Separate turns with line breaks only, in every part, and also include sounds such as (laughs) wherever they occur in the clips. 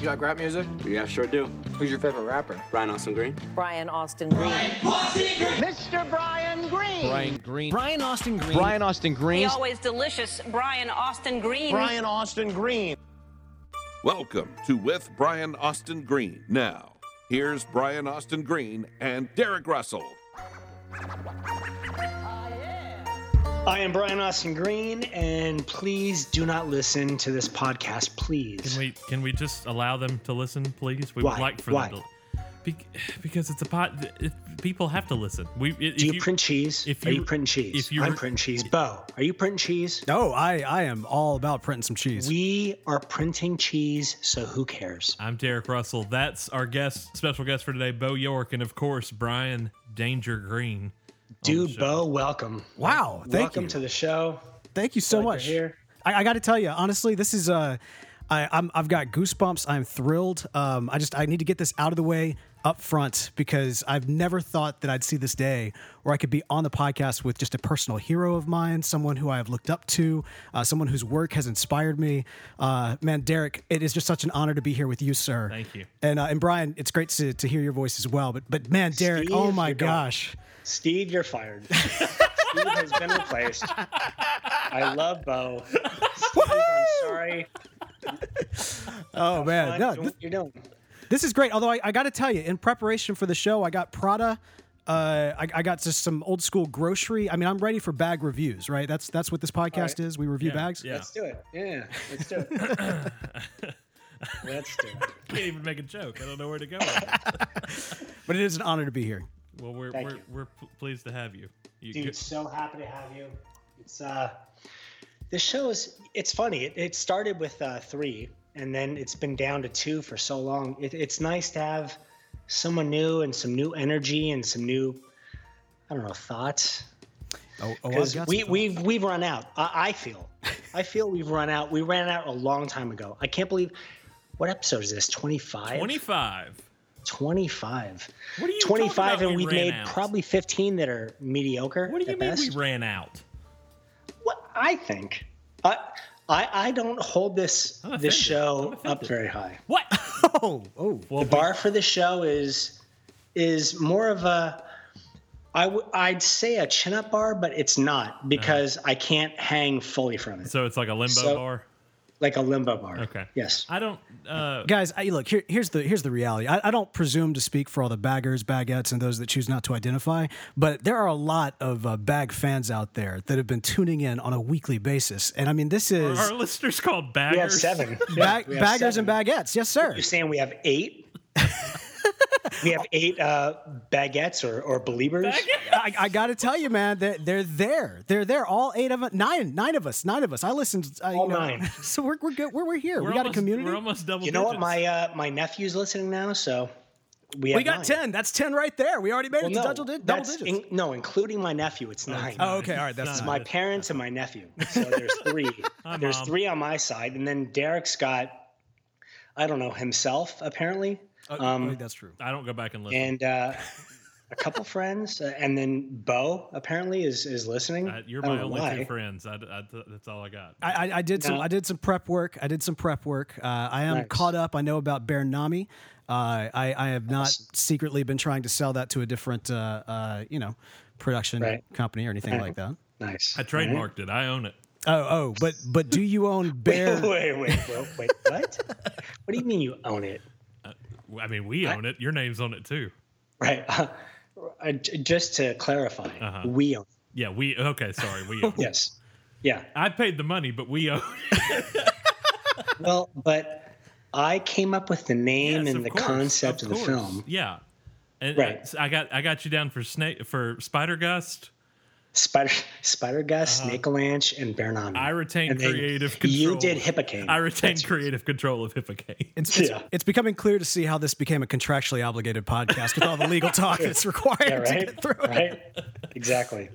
You like rap music?
Yeah, sure do.
Who's your favorite rapper?
Brian Austin Green.
Brian Austin Green.
Mr. Brian Green.
Brian Green.
Brian Austin Green.
Brian Austin
The
Green.
always delicious Brian Austin Green.
Brian Austin Green.
Welcome to With Brian Austin Green. Now, here's Brian Austin Green and Derek Russell.
I am Brian Austin Green, and please do not listen to this podcast,
Can
please.
we can we just allow them to listen, please? We
Why?
would like for
Why?
them to. Be, because it's a pot. It, people have to listen. We. i- If
do you, print cheese?
if
are
you-
you printing cheese?
if you
I'm
re-
printing cheese. Bo, are you printing cheese?
Oh, I, I am all about printing some cheese.
We are printing cheese, so who cares?
I'm Derek Russell. That's our guest, special guest for today, Bo York, and of course Brian Danger Green.
Dude, Bo, welcome.
wow. Thank
welcome
you.
to the show.
thank you so
Glad you're
much.
here.
I, I got to tell you, honestly, this is uh, I, I'm I've got goosebumps. I'm thrilled. Um, I just I need to get this out of the way up front because I've never thought that I'd see this day where I could be on the podcast with just a personal hero of mine, someone who I have looked up to, uh, someone whose work has inspired me. Uh, man, Derek, it is just such an honor to be here with you, sir.
Thank you.
And uh, and Brian, it's great to, to hear your voice as well. But but man, Derek,
Steve,
oh my
you're gone.
gosh.
Steve, you're
(laughs)
fired. Steve has been replaced. I love
(laughs)
Bo. Steve, I'm sorry.
Oh man,
I'm
no,
doing what you're doing.
This is great. Although I, I got to tell you, in preparation for the show, I got Prada. Uh, I, I got just some old school grocery. I mean, I'm ready for bag reviews, right? That's that's what this podcast is. We review
Yeah,
bags.
Yeah.
Let's do it. Yeah, let's do it.
(laughs)
let's do it.
can't even make a joke. I don't know where
(laughs)
to go. with it.
But it is an honor to be here.
well, we're
Thank
we're,
you.
we're p- pleased to have you. You
dude
good-
so happy to have you it's uh this show is it's funny it, it started with uh three and then it's been down to two for so long it, it's nice to have someone new and some new energy and some new i don't know thoughts
Oh, oh I've
because
got
we,
some-
we've we've run out I, I feel i feel we've run out we ran out a long time ago i can't believe what episode is this 25
25.
25
What do you
25
talking about
and
we
we've
ran
made
out?
probably 15 that are mediocre
What do you
at
mean
best.
we ran out?
what I think. I I, I don't hold this
I'm offended.
this show
I'm
up
offended.
very high. (laughs)
What?
Oh, oh.
the bar for the show is is more of a I w- I'd say a chin up bar, but it's not because I can't hang fully from it,
So it's like a limbo
So-
bar.
like a limbo bar.
Okay.
Yes.
I don't. Uh,
Guys, I, look here, here's the here's the reality. I, I don't presume to speak for all the baggers, baguettes, and those that choose not to identify, but there are a lot of uh, bag fans out there that have been tuning in on a weekly basis, and I mean, this is
Our listeners called baggers.
we have seven.
bag,
we have
baggers
seven.
and baguettes. Yes, sir.
You're saying we have eight. we have eight uh, baguettes or, or believers.
I, I got to tell you, man, they're, they're there. They're there. All eight of us, nine, nine of us, nine of us. I listened. Uh,
All
you know,
nine.
(laughs) So we're, we're good. We're, we're here.
We're
we got
almost-
a community.
We're almost double.
You know what?
digits.
My uh, my nephew's listening now, so we have
we got
nine.
ten. That's ten right there. We already made
Well,
it to double, di- double
that's
digits.
in- no, including my nephew, it's nine.
oh, okay. All right. That's
It's
fine.
my parents and my nephew. So there's three. there's
Mom.
three on my side, and then Derek's got, I don't know, himself apparently,
Oh,
um,
that's true.
I don't go back and listen.
and uh, a couple friends, uh, and then Bo apparently is is listening.
I, you're
I don't
my
know
only
why.
two friends. I, I- that's all I got.
I, I, I did some.
No.
I did some prep work. I did some prep work. Uh, I am
Nice.
caught up. I know about Bear Nami. Uh, I, I have not
Awesome.
secretly been trying to sell that to a different, uh, uh, you know, production
Right.
company or anything like that.
Nice.
I trademarked it. I own it.
Oh, oh, but but do
(laughs)
you own Bear?
Wait, wait, wait, wait, wait, what? What do you mean you own it?
I mean, we own it. Your name's on it too.
Right. Uh, j- just to clarify,
Uh-huh.
we own. it.
Yeah, we. Okay, sorry.
(laughs)
We. Own it.
Yes. Yeah.
I paid the money, but we own. it.
Well, but I came up with the name
Yes,
and
of
the
course,
concept of, the
course.
film.
Yeah. And
Right.
I got I got you down for snake for Spider Gust.
Spider Spider Gus, Snake Lanch, and Bernami.
Uh-huh. I retained
And then
creative control.
You did Hippocane.
I retained creative control of Hippocane.
It's, it's,
Yeah.
it's becoming clear to see how this became a contractually obligated podcast with all the legal talk that's required
Yeah,
to
right?
get
(laughs)
through it.
right? Exactly.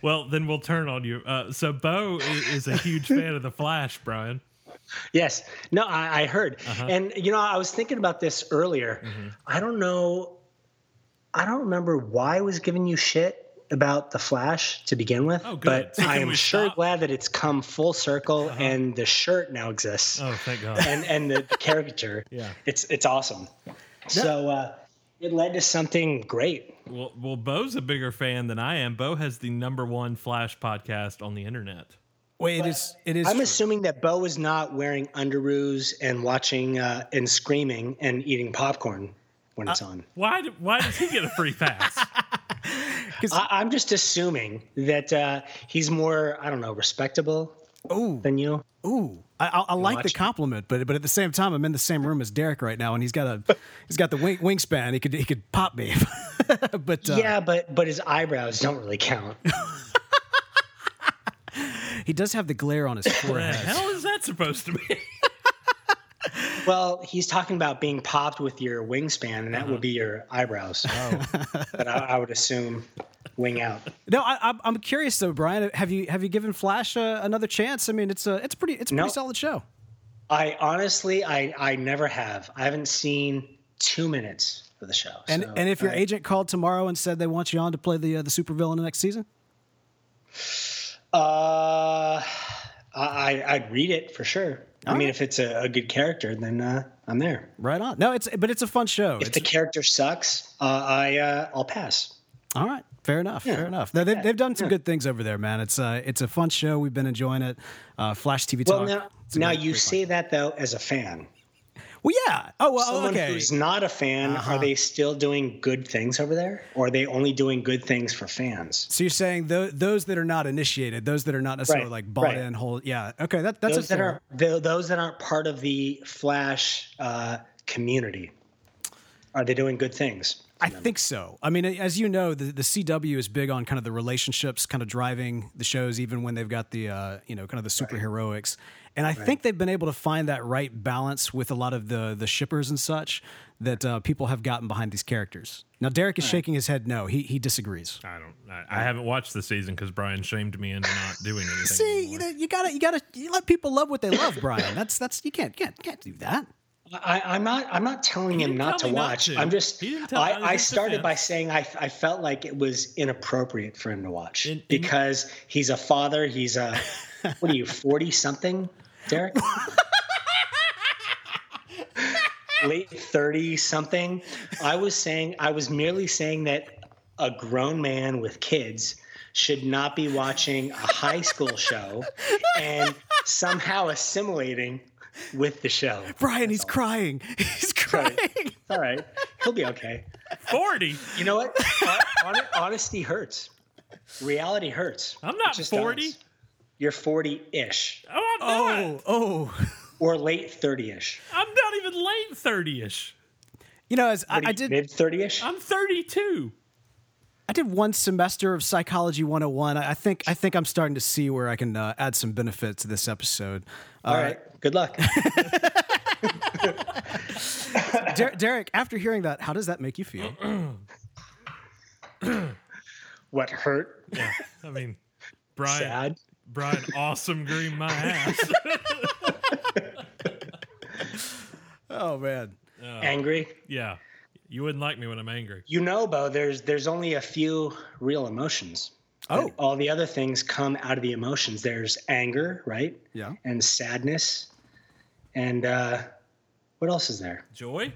Well, then we'll turn on you. Uh, so Bo is, is a huge fan of the Flash, Brian.
Yes. No, I, I heard.
Uh-huh.
And you know, I was thinking about this
Mm-hmm.
earlier. I don't know. I don't remember why I was giving you shit about the Flash to begin with,
Oh, good.
but
So (laughs) can
I am
we
sure
stop? Uh-huh.
glad that it's come full circle and the shirt now exists
Oh, thank
Uh-huh.
God.
and and the
(laughs)
caricature.
Yeah.
it's it's awesome. So uh, it led to something great.
well, well, Bo's a bigger fan than I am. Bo has the number one Flash podcast on the internet.
Wait, it is. It is.
I'm
true.
assuming that Bo is not wearing underoos and watching uh, and screaming and eating popcorn when
Uh,
it's on.
Why? d- Why does he get a free (laughs) pass?
I, I'm just assuming that uh, he's more, I don't know, respectable
Ooh.
than you.
Ooh, I, I, I like the
watching.
compliment, but but at the same time, I'm in the same room as Derek right now, and he's got
(laughs)
a he's got the wing, wingspan. He could he could pop me, (laughs) but uh,
Yeah, but but his eyebrows don't really
(laughs)
count.
he does have the glare
(laughs)
on his
the
forehead.
hell is that supposed to be?
well, he's talking about being popped with your wingspan, and that
Uh-huh.
would be your eyebrows.
Oh.
but I, I would assume wing out.
no, I, I'm- I'm curious though, Brian. Have you have you given Flash uh, another chance? I mean, it's a it's pretty it's a pretty
No.
solid show.
I honestly, I I never have. I haven't seen two minutes of the show.
And
so-
and if your agent called tomorrow and said they want you on to play the uh, the supervillain next season,
Uh, I I'd read it for sure. I mean, if it's a, a good character, then uh, I'm there.
right on. No, it's but it's a fun show.
If the character sucks, uh, I uh, I'll pass.
All right, fair enough, fair enough. No, they've, they've done some good things over there, man. It's uh it's a fun show. We've been enjoying it. Uh, Flash TV
Well,
Talk.
now
It's a
now
great-
you
great
say that though as a fan.
Well, yeah. Oh, well,
Someone
okay. Uh-huh.
who's not a fan, are they still doing good things over there, or are they only doing good things for fans?
so you're saying tho- those that are not initiated, those that are not necessarily
Right,
like bought
right.
in, whole, yeah. Okay, that, that's a
Those that
fair.
are tho- those that aren't part of the Flash uh, community, are they doing good things?
I think so. I mean, as you know, the, the CW is big on kind of the relationships, kind of driving the shows, even when they've got the uh, you know kind of the superheroics. And I think they've been able to find that right balance with a lot of the the shippers and such that uh, people have gotten behind these characters. Now, Derek is shaking his head. No, he he disagrees.
I don't. I, I haven't watched the season because Brian shamed me into not doing anything.
(laughs) See, you, know, you gotta you gotta you let people love what they love, Brian. That's that's you can't can't can't do that.
I, I'm not. I'm not telling him
didn't
not
tell me
to
not
watch.
to.
I'm just.
He didn't tell- I
I,
was
I
just
started by
defense.
saying I, I felt like it was inappropriate for him to watch
In- in-
because he's a father.
(laughs)
He's a what are you forty something, Derek? Late thirty something. I was saying. I was merely saying that a grown man with kids should not be watching a high school show and somehow assimilating with the show.
Brian, he's crying. (laughs) He's crying.
It's all right. He'll be okay.
Forty.
You know what? Hon- Honesty hurts. Reality hurts.
I'm not
It just
40.
does. You're 40 ish
Oh, I'm not.
Oh, oh.
or late 30 ish.
I'm not even late thirty-ish.
You know, as I, I did
Mid 30 ish?
I'm thirty-two.
I did one semester of psychology 101. I I think I think I'm starting to see where I can uh, add some benefit to this episode. Uh,
All right. Good luck.
(laughs) Der- Derek, after hearing that, how does that make you feel?
what hurt?
Yeah. I mean, Brian.
Sad?
Brian, awesome green my ass. (laughs)
oh man.
Angry?
yeah. You wouldn't like me when I'm angry.
You know, Bo, there's there's only a few real emotions.
Oh.
All the other things come out of the emotions. There's anger, right?
Yeah.
And sadness. And uh, what else is there?
Joy?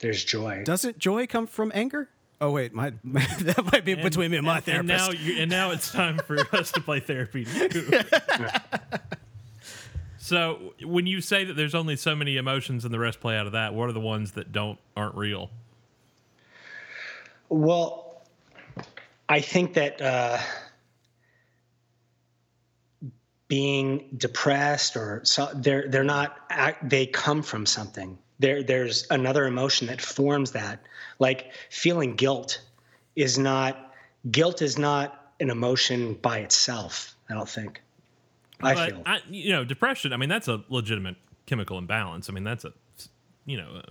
There's joy.
Doesn't joy come from anger? Oh wait, my, (laughs) that might be between me and my
And
therapist.
now, you, and now it's time for (laughs) us to play therapy. too. (laughs) so, when you say that there's only so many emotions and the rest play out of that, what are the ones that don't aren't real?
Well, I think that uh, being depressed or so they're they're not ac- they come from something. There there's another emotion that forms that. Like feeling guilt is not guilt is not an emotion by itself. I don't think. I
but
feel
I, you know, depression. I mean, that's a legitimate chemical imbalance. I mean, that's a, you know,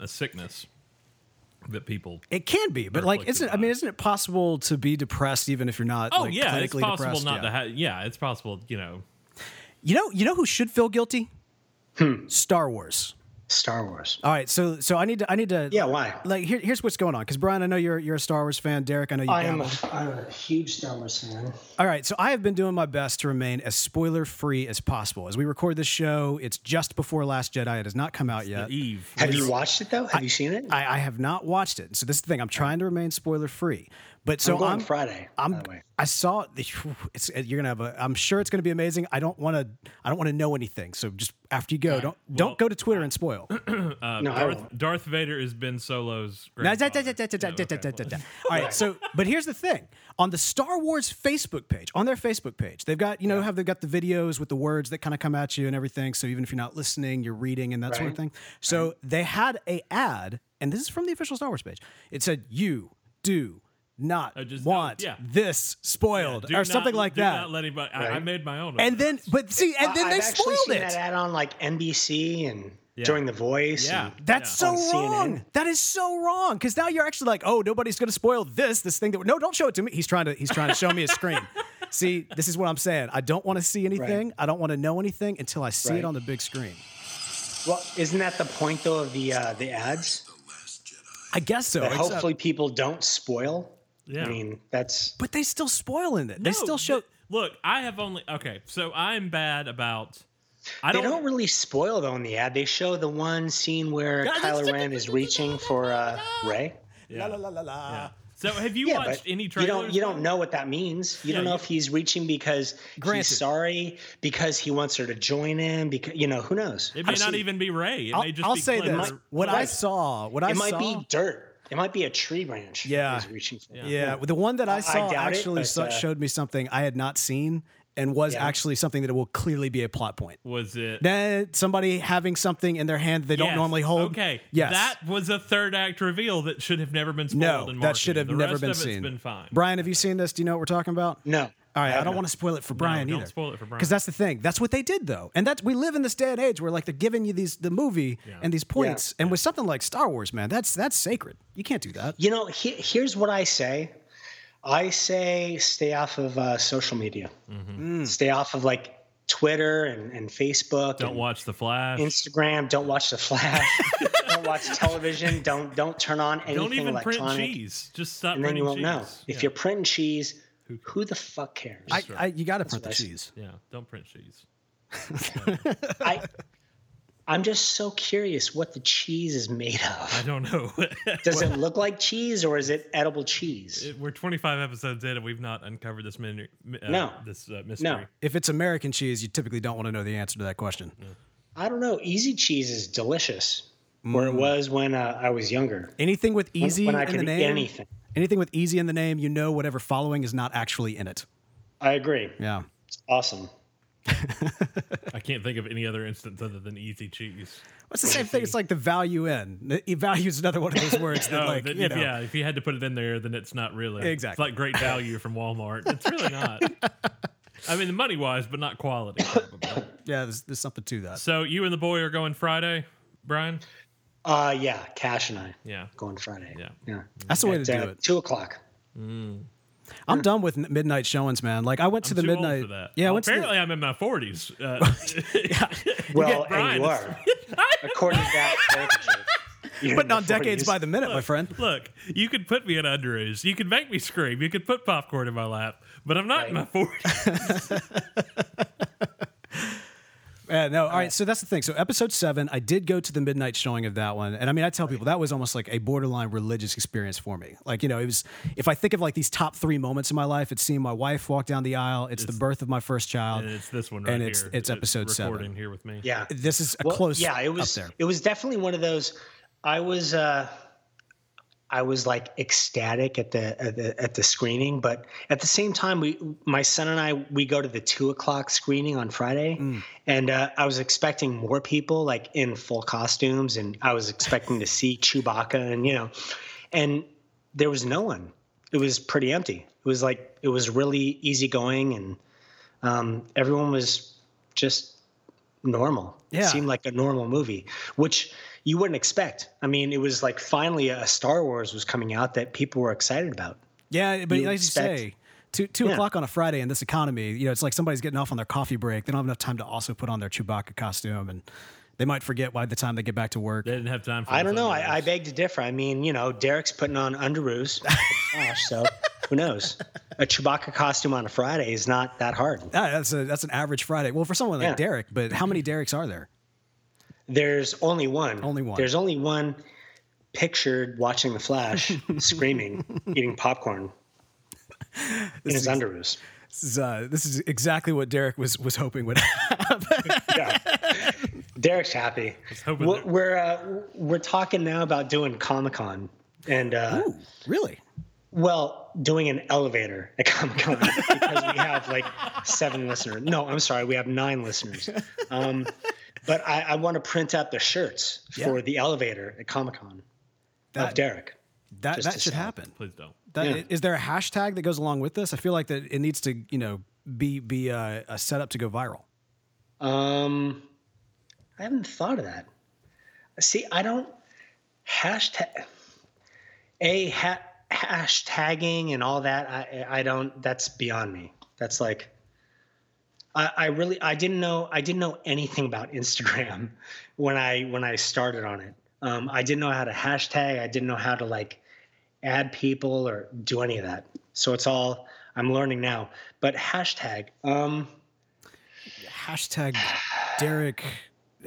a, a sickness that people.
It can be, but
Or
like,
afflicted
isn't I
by
mean,
it.
isn't it possible to be depressed even if you're not?
Oh
like,
yeah, it's
clinically
possible
depressed?
not
Yeah.
to have. Yeah, it's possible. You know,
You know, you know who should feel guilty? Star Wars.
Star Wars.
All right, so so I need to I need to
Yeah, why?
like here, here's what's going on because Brian, I know you're you're a Star Wars fan. Derek, I know you.
I am
dabble.
a, I'm a huge Star Wars fan.
All right, so I have been doing my best to remain as spoiler free as possible. As we record this show, it's just before Last Jedi. It has not come out yet.
Eve.
Have you watched it though? Have you seen it?
I, I have not watched it. So this is the thing. I'm trying to remain spoiler free. But so
I'm going
I'm,
Friday.
I'm-
by the way.
I saw the- (laughs) it's you're gonna have a. I'm sure it's gonna be amazing. I don't want to. I don't want to know anything. So just after you go, don't don't go to Twitter and spoil.
no, I won't.
Darth, Darth Vader is Ben Solo's.
Da- da-
grandfather.
da- da- da- da-
No,
da-
okay,
da- da- da-
well,
da.
(laughs)
All right. So, but here's the thing: on the Star Wars Facebook page, on their Facebook page, they've got you know have they've got the videos with the words that kind of come at you and everything. So even if you're not listening, you're reading and that sort of thing. So they had a ad, and this is from the official Star Wars page. It said, "You do not
just-
want
oh, yeah.
this spoiled,"
do
or something
not-
like
do
that.
Not let anybody, I, I
Right.
made my own.
and then, but see, and then
I-
they
I've actually
spoiled
seen
it.
that ad on like NBC and during The Voice.
Yeah.
and-
That's
Yeah.
so
On CNN.
wrong. That is so wrong. Because now you're actually like, oh, nobody's going to spoil this, this thing that. No, don't show it to me. He's trying to. He's trying to show me a screen. See, this is what I'm saying. I don't want to see anything. I don't want to know anything until I see it
Right.
on the big screen.
well, isn't that the point though of the uh, the ads?
Oh,
I guess so.
That
It's, uh,
hopefully people don't spoil.
Yeah.
I mean, that's
but they still spoiling it. they
No,
still show.
th- Look, I have only okay. So I'm bad about. I
they
don't.
don't, really spoil though in the ad. They show the one scene where
God, that's-
Kylo Ren is reaching for uh, Ray.
yeah,
La, la, la, la.
yeah. uh, So have you
Yeah,
watched
but
any
you
trailers?
don't you don't know what that means. You
Yeah,
don't know
you-
if he's reaching because
Granted.
he's sorry, because he wants her to join him, because you know who knows.
It may not
Absolutely.
even be Ray. It
I'll,
may just
I'll
be
say
clever.
this: what I
Right.
saw, what I
It might
saw,
be dirt. It might be a tree branch.
Yeah.
he's reaching for.
Yeah, the one that I saw
doubt it,
actually
but,
so-
uh,
showed me something I had not seen, and was
Yeah.
actually something that will clearly be a plot point.
was it.
that somebody having something in their hand they don't
Yes.
normally hold.
Okay.
Yes.
That was a third act reveal that should have never been spoiled. in
no,
marketing.
that should have
the
never
rest
been
of
seen.
It's been fine.
Brian, have you seen this? Do you know what we're talking about?
No.
All right, I,
have
don't
not.
want to spoil it for Brian
don't
either.
spoil it for Brian.
Because that's the thing. That's what they did though, and that's we live in this day and age where like they're giving you these the movie and these points, and with something like Star Wars, man, that's that's sacred. You can't do that.
You know, he, here's what I say. I say stay off of uh, social media.
Mm-hmm. Mm.
Stay off of like Twitter and, and Facebook.
Don't
and
watch the Flash.
Instagram. Don't watch the
(laughs)
Flash. don't watch television. Don't don't turn on anything
don't even print
electronic.
cheese. Just stop
And then you
printing
won't
cheese.
know.
Yeah.
If you're printing cheese, who the fuck cares?
I, I, you got to print the
what I said.
cheese.
yeah, don't print cheese.
I I'm just so curious what the cheese is made of.
I don't know. (laughs)
Does it look like cheese or is it edible cheese?
We're 25 episodes in and we've not uncovered this mini- mi- uh,
No.
this uh, mystery.
If it's American cheese, you typically don't want to know the answer to that question.
I don't know. Easy cheese is delicious, where it was when uh, I was younger.
Anything with
When-
Mm. easy
when I
in
could
the
eat
name,
anything.
anything with easy in the name, you know whatever following is not actually in it.
I agree.
Yeah.
Awesome.
I can't think of any other instance other than easy cheese.
It's the same thing. It's like the e, value in. It values another one of those words
(laughs)
that,
Oh,
like,
then
you
if,
know.
yeah, if you had to put it in there, then it's not really It's
Exactly.
like great value from Walmart. It's really
(laughs)
not. I mean, the money wise, but not quality. Probably.
Yeah, there's, there's something to that.
So you and the boy are going Friday, Brian?
Uh, yeah, Cash and I
Yeah.
going Friday.
Yeah.
yeah.
That's the way to
At,
do
uh,
it.
Two o'clock.
I'm done with n- midnight showings, man. Like, I went to
I'm
the
too old
midnight.
for that.
Yeah, I
Well,
went to
apparently
the,
I'm in my 40s.
(laughs)
Uh,
Well,
Brian,
and you are, according to that. caricature, you're in
putting
your
on decades
40s.
by the minute, my friend.
look, you could put me in underage. You could make me scream. You could put popcorn in my lap, but I'm not in my 40s.
Yeah, no. All right. So that's the thing. So episode seven, I did go to the midnight showing of that one, and I mean, I tell people that was almost like a borderline religious experience for me. Like, you know, it was. If I think of like these top three moments in my life, it's seeing my wife walk down the aisle. It's, the birth of my first child.
And it's this one right
And it's-
here.
it's episode seven.
recording here with me.
Yeah.
This is a
Well,
close.
Yeah, it was.
up there.
It was definitely one of those. I was. uh I was like ecstatic at the, at the at the screening, but at the same time, we my son and I we go to the two o'clock screening on Friday,
Mm.
and uh, I was expecting more people like in full costumes, and I was expecting to see Chewbacca, and you know, and there was no one. It was pretty empty. It was like it was really easygoing, and um, everyone was just normal.
Yeah.
It seemed like a normal movie, which you wouldn't expect. I mean, it was like finally a Star Wars was coming out that people were excited about.
Yeah, but
you
like
expect.
you say, two two
Yeah.
o'clock on a Friday in this economy, you know, it's like somebody's getting off on their coffee break. They don't have enough time to also put on their Chewbacca costume, and They might forget by the time they get back to work.
They didn't have time for
I
the
don't know. I, I
fundamentals.
beg to differ. I mean, you know, Derek's putting on underoos. (laughs) Gosh, so who knows? A Chewbacca costume on a Friday is not that hard.
Ah, that's a that's an average Friday. Well, for someone like
Yeah.
Derek, but how many Derek's are there?
There's only one.
Only one.
There's only one pictured watching The
(laughs)
Flash, screaming, eating popcorn in his underoos.
This is, uh, this is exactly what Derek was was hoping would.
Yeah. Derek's happy.
hoping
We're
that-
we're, uh, we're talking now about doing Comic Con and uh,
Ooh, really?
well, doing an elevator at Comic Con because
(laughs)
we have like seven listeners. No, I'm sorry, we have nine listeners. Um, but I, I want to print out the shirts
Yeah.
for the elevator at Comic Con of
That
Derek.
that,
just
that
to
should
sell.
happen.
Please don't.
That,
Yeah.
Is there a hashtag that goes along with this? I feel like that it needs to you know be be uh, a setup to go viral.
Um, I haven't thought of that. See, I don't hashtag a ha- hashtagging and all that. I I don't. That's beyond me. That's like. I, I really I didn't know I didn't know anything about Instagram (laughs) when I when I started on it. Um, I didn't know how to hashtag. I didn't know how to like add people or do any of that. So it's all I'm learning now. But hashtag. Um,
Hashtag Derek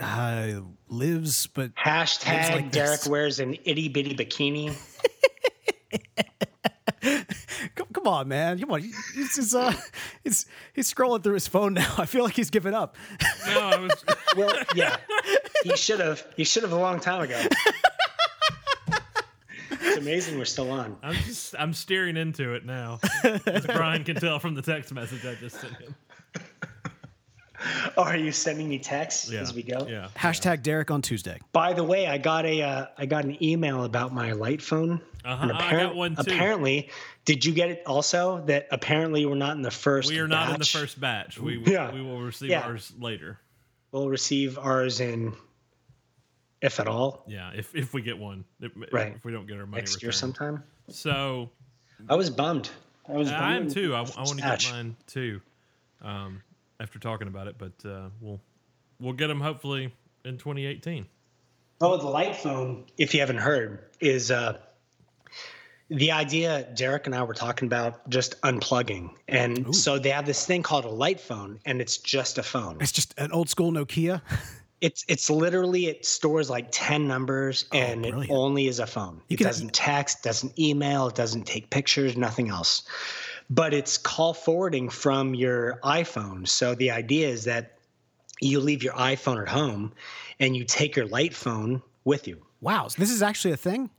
uh, lives, but It's
Hashtag
like
Derek
this.
wears an itty bitty bikini. (laughs)
come, come on, man, come on. It's, it's, uh, (laughs) it's he's scrolling through his phone now. (laughs) I feel like he's giving up.
No, I was.
(laughs) Well, yeah, he should have. He should have a long time (laughs) ago. It's amazing we're still on.
I'm just. I'm steering into it now, as Brian can tell from the text message I just sent him.
Oh, are you sending me texts
Yeah.
as we go?
Yeah.
Hashtag Derek on Tuesday.
By the way, I got a. Uh, I got an email about my light phone.
Uh-huh,
And
I got one too.
Apparently, did you get it also? That apparently we're not in the first.
We are not in the
batch.
first batch. We
Yeah.
we will receive
Yeah.
ours later.
We'll receive ours in, if at all,
Yeah, if if we get one, if,
Right.
if we don't get our money
next year
returned.
sometime.
So
I was bummed. I was.
I am
bummed.
too. I, want to get
Ash.
mine too. Um, after talking about it, but uh, we'll we'll get them hopefully in 2018.
Oh, the light phone, if you haven't heard, is uh, the idea Derek and I were talking about just unplugging. And so they have this thing called a light phone, and it's just a phone.
It's just an old school Nokia. (laughs)
It's it's literally it stores like 10 numbers and it
Oh, brilliant.
only is a phone. it
can-
doesn't text, doesn't email, it doesn't take pictures, nothing else. But it's call forwarding from your iPhone. So the idea is that you leave your iPhone at home and you take your light phone with you.
Wow, so this is actually a thing.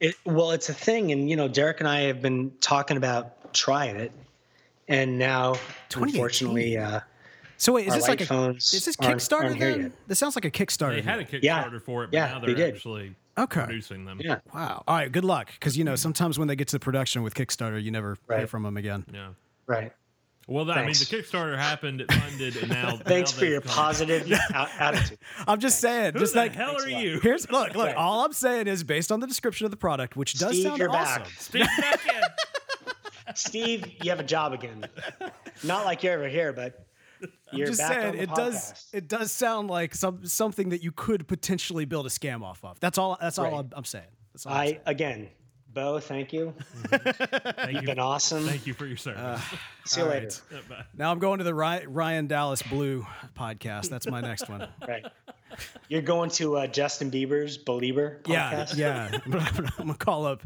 It, well, it's a thing, and you know, Derek and I have been talking about trying it, and now,
2018.
unfortunately, uh,
So wait, is
Our
this like a
iPhones
is this
aren't-
Kickstarter?
aren't here
then?
yet.
This sounds like a Kickstarter.
They had a
then.
Kickstarter
Yeah.
for it, but
Yeah,
now
they
they're
did.
actually
Okay.
producing them.
yeah,
Wow. All right. Good luck, because you know sometimes when they get to the production with Kickstarter, you never hear
Right.
from them again.
Yeah.
right.
Well, that, I mean, the
Thanks.
Kickstarter happened, it funded, and
(laughs)
now
Thanks
now
for
they've
your
gone- (laughs)
positive a- attitude.
I'm just saying,
Who
just
the
like
hell are you?
here's look, look.
Right.
All I'm saying is based on the description of the product, which does
Steve,
sound
you're
awesome.
back.
Steve Beckett.
Steve, you have a job
(laughs)
again. Not like you're ever here, but you're
Just
back on
saying,
the
it does
podcast.
it does sound like some something that you could potentially build a scam off of. That's all. That's all
Right.
I'm, I'm saying. That's all. I'm
I uh,
saying.
again, Bo, thank you.
Thank you.
Been awesome. Uh,
Thank you for your service.
See you
all
later.
Now I'm going to the Ry- Ryan Dallas Blue podcast. That's my
(laughs)
next one.
Right. You're going to uh, Justin Bieber's Belieber
Yeah,
podcast
yeah. (laughs) I'm gonna, I'm gonna call up,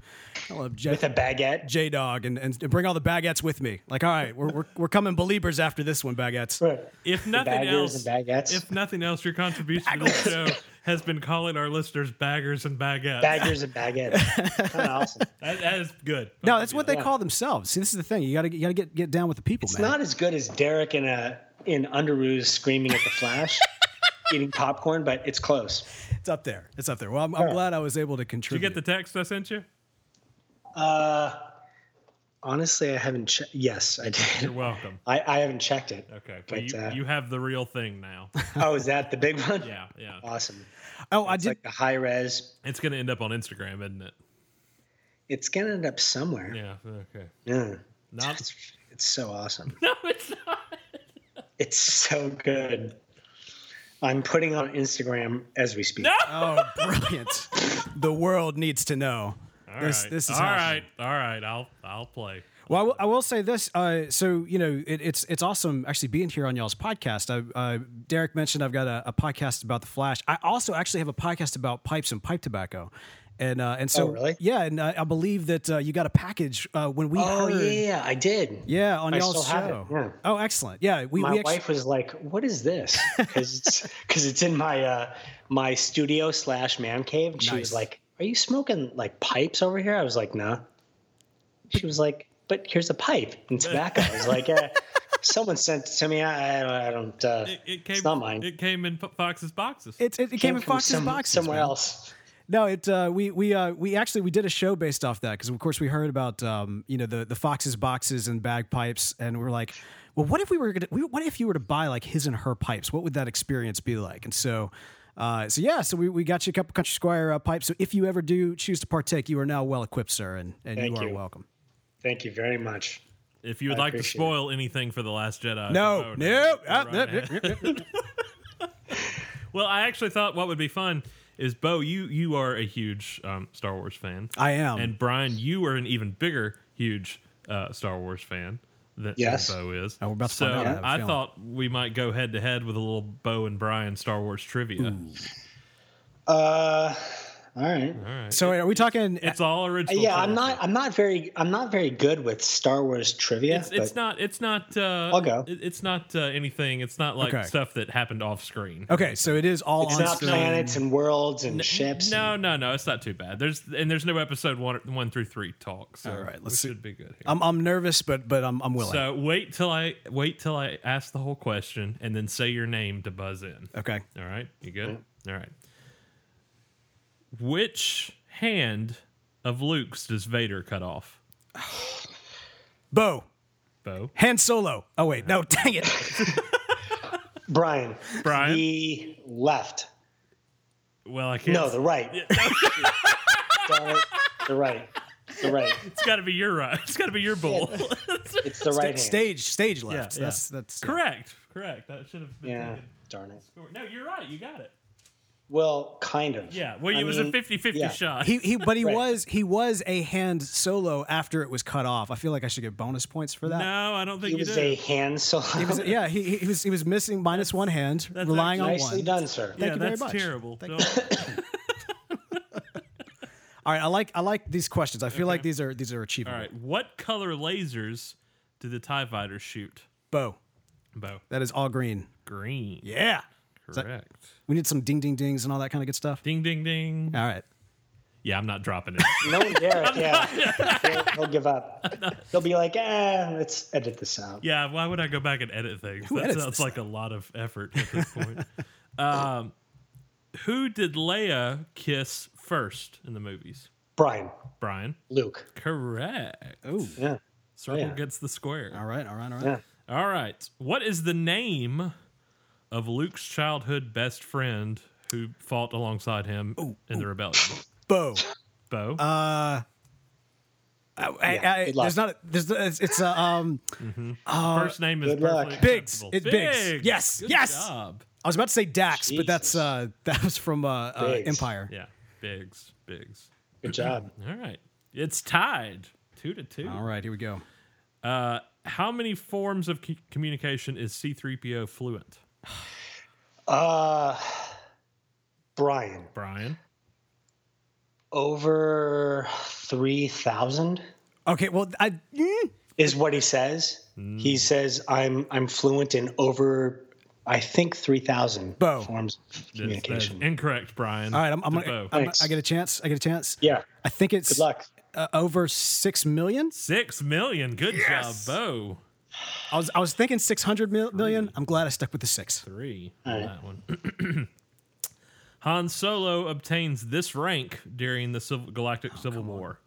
call up J,
with a baguette.
J Dog and, and bring all the baguettes with me. Like, all right, we're, we're, we're coming believers after this one, baguettes.
Right.
If nothing
Baggers
else,
and baguettes.
if nothing else, your contribution to this show has been calling our listeners baggers and baguettes.
Baggers and baguettes. Kinda awesome.
That- that is good.
No, that's what they call themselves. See, this is the thing. You gotta you gotta get get down with the people,
It's
man.
not as good as Derek in a in underoos screaming at the Flash, eating popcorn, but it's close.
it's up there. It's up there. Well, I'm, I'm glad I was able to
You
contribute.
get the text I sent you?
Uh, Honestly, I haven't. Che- yes, I
You're
did.
welcome.
I, I haven't checked it.
Okay. Well,
But,
you,
uh,
you have the real thing now.
Oh, is that the big one?
Yeah,
(laughs)
yeah.
Awesome.
oh, I
It's
did.
like the high res.
It's going to end up on Instagram, isn't it?
It's gonna end up somewhere. Yeah.
Yeah. Okay.
It's,
Not, (laughs)
it's so awesome.
no, it's not.
It's so good. I'm putting on Instagram as we speak.
Oh, brilliant! the world needs to know.
All
this,
right.
this is
all
happening.
right. All right. I'll I'll play.
Well, I will, I will say this. Uh, so you know, it, it's it's awesome actually being here on y'all's podcast. I, uh, Derek mentioned I've got a, a podcast about the Flash. I also actually have a podcast about pipes and pipe tobacco, and uh, and so
Oh, really?
yeah, and I, I believe that uh, you got a package uh, when we
Oh
heard
yeah, I did.
yeah on
I
y'all's
still have
show.
it, yeah.
Oh, excellent. Yeah, we,
My
we actually,
wife was like, "What
(laughs)
is this?" Because it's because it's in my uh, my studio slash man cave. And she
Nice.
was like, "Are you smoking like pipes over here?" I was like, "No." She was like, "But here's a pipe and tobacco." I was
(laughs)
like, eh, "Someone sent it to me. I, I don't. I don't uh,
It, it came.
it's not mine.
It came in Fo- Fox's boxes.
it, it, it came in
from
Fox's
some-
boxes
somewhere
man.
else."
No, it uh, we we uh, we actually we did a show based off that because of course we heard about um, you know the the foxes boxes and bagpipes and we are like, well, what if we were gonna, we, what if you were to buy like his and her pipes? What would that experience be like? And so. Uh, so yeah, so we, we got you a couple country squire uh, pipes. So if you ever do choose to partake, you are now well equipped, sir, and, and you
Thank
are
you.
welcome.
Thank you very much.
If you would
I
like to
appreciate
spoil anything for The Last Jedi.
No,
promote it.
no,
Go
Ah,
uh,
right
no,
ahead. Well, I actually thought what would be fun is Bo, you you are a huge um, Star Wars fan.
(laughs) I am.
and Brian, you are an even bigger huge uh, Star Wars fan than,
Yes.
than Bo is.
Oh, we're about to
so
find out, I have a
I,
feeling.
thought we might go head to head with a little Bo and Brian Star Wars trivia.
Uh, all right.
so are we talking?
It's all original.
Yeah, I'm
Star Wars
not. I'm not very. I'm not very good with Star Wars trivia.
It's, it's
but-
not. It's not. Uh,
I'll go.
it- it's not uh, anything. It's not like
Okay.
stuff that happened off screen.
okay, so it is all
It's
on
not
screen.
planets and worlds and ships. and-
No, no, no. It's not too bad. There's and there's no episode one, one through three talk. So
All right, let's
we
see.
should be good here.
I'm I'm nervous, but but I'm I'm willing.
so wait till I wait till I ask the whole question and then say your name to buzz in.
okay,
All right, you good?
Mm-hmm.
All right. Which hand of Luke's does Vader cut off?
Bo,
Bo,
Han Solo. Oh wait, no, (laughs) dang it.
Brian.
Brian.
The left.
well, I can't.
No, the right. Darn it. the right. The right.
(laughs) it's got to be your right. It's got to be your bull.
It's the right hand.
stage stage left.
Yeah, yeah.
That's that's yeah.
(laughs) correct, correct. That should have been.
Yeah.
taken.
Darn it.
No, you're right. You got it.
Well, kind of.
Yeah. Well,
I
it was
mean,
a 50-50
yeah.
shot.
He, he but he
Right.
was he was a hand solo after it was cut off. I feel like I should get bonus points for that.
no, I don't think
He
you
was
did.
a hand solo.
He was- yeah, he, he- he was he was missing minus one hand,
that's
relying on
(laughs) Nicely
one.
done, sir.
yeah,
you very
that's
much.
terrible.
Thank
Don't-
All right, I like I like these questions. I feel like these are these are
All
achievable.
right. What color lasers do the TIE fighters shoot?
Bo,
Bo.
that is all green.
Green.
Yeah,
Correct.
we need some ding ding dings and all that kind of good stuff.
Ding, ding, ding.
All right,
Yeah, I'm not dropping it.
(laughs)
No,
(laughs)
Derek. Yeah. He'll, he'll give up. He'll be like, ah, let's edit this out.
yeah, why would I go back and edit things? That
edits
sounds
this?
like a lot of effort at this point.
(laughs)
um, who did Leia kiss first in the movies?
Brian.
Brian.
Luke.
Correct.
Ooh.
Yeah.
Circle
yeah.
gets the square.
Oh, all right, all right, all right.
Yeah.
All right. What is the name of Luke's childhood best friend who fought alongside him in the rebellion?
Bo,
Bo.
Uh, I, I,
Yeah,
I,
good luck.
there's not a, there's it's, it's a, um
First name is
good luck.
perfectly
Biggs.
acceptable.
It's Biggs. Yes,
Good
yes.
job.
I was about to say Dax, but that's
Jesus.
uh (laughs) that was from uh, uh
Biggs.
Empire.
Yeah. Biggs. Biggs.
Good job.
All right. It's tied two to two.
All right, here we go.
Uh, how many forms of c- communication is C3PO fluent?
Uh, Brian.
Brian.
over 3000
Okay, well, I mm,
is what he says he says i'm i'm fluent in over i think 3000
Bo.
forms of
That's- that's
communication
incorrect, Brian.
all right. I'm, I'm
To
gonna.
Bo.
I'm,
Thanks.
I get a chance. I get a chance.
yeah
I think it's
good luck
Uh, over six million.
Six million. Good job, Bo.
I was I was thinking six hundred mil- million. I'm glad I stuck with the six.
Three on that one. (clears throat) Han Solo obtains this rank during the Civil, Galactic
Oh,
Civil War.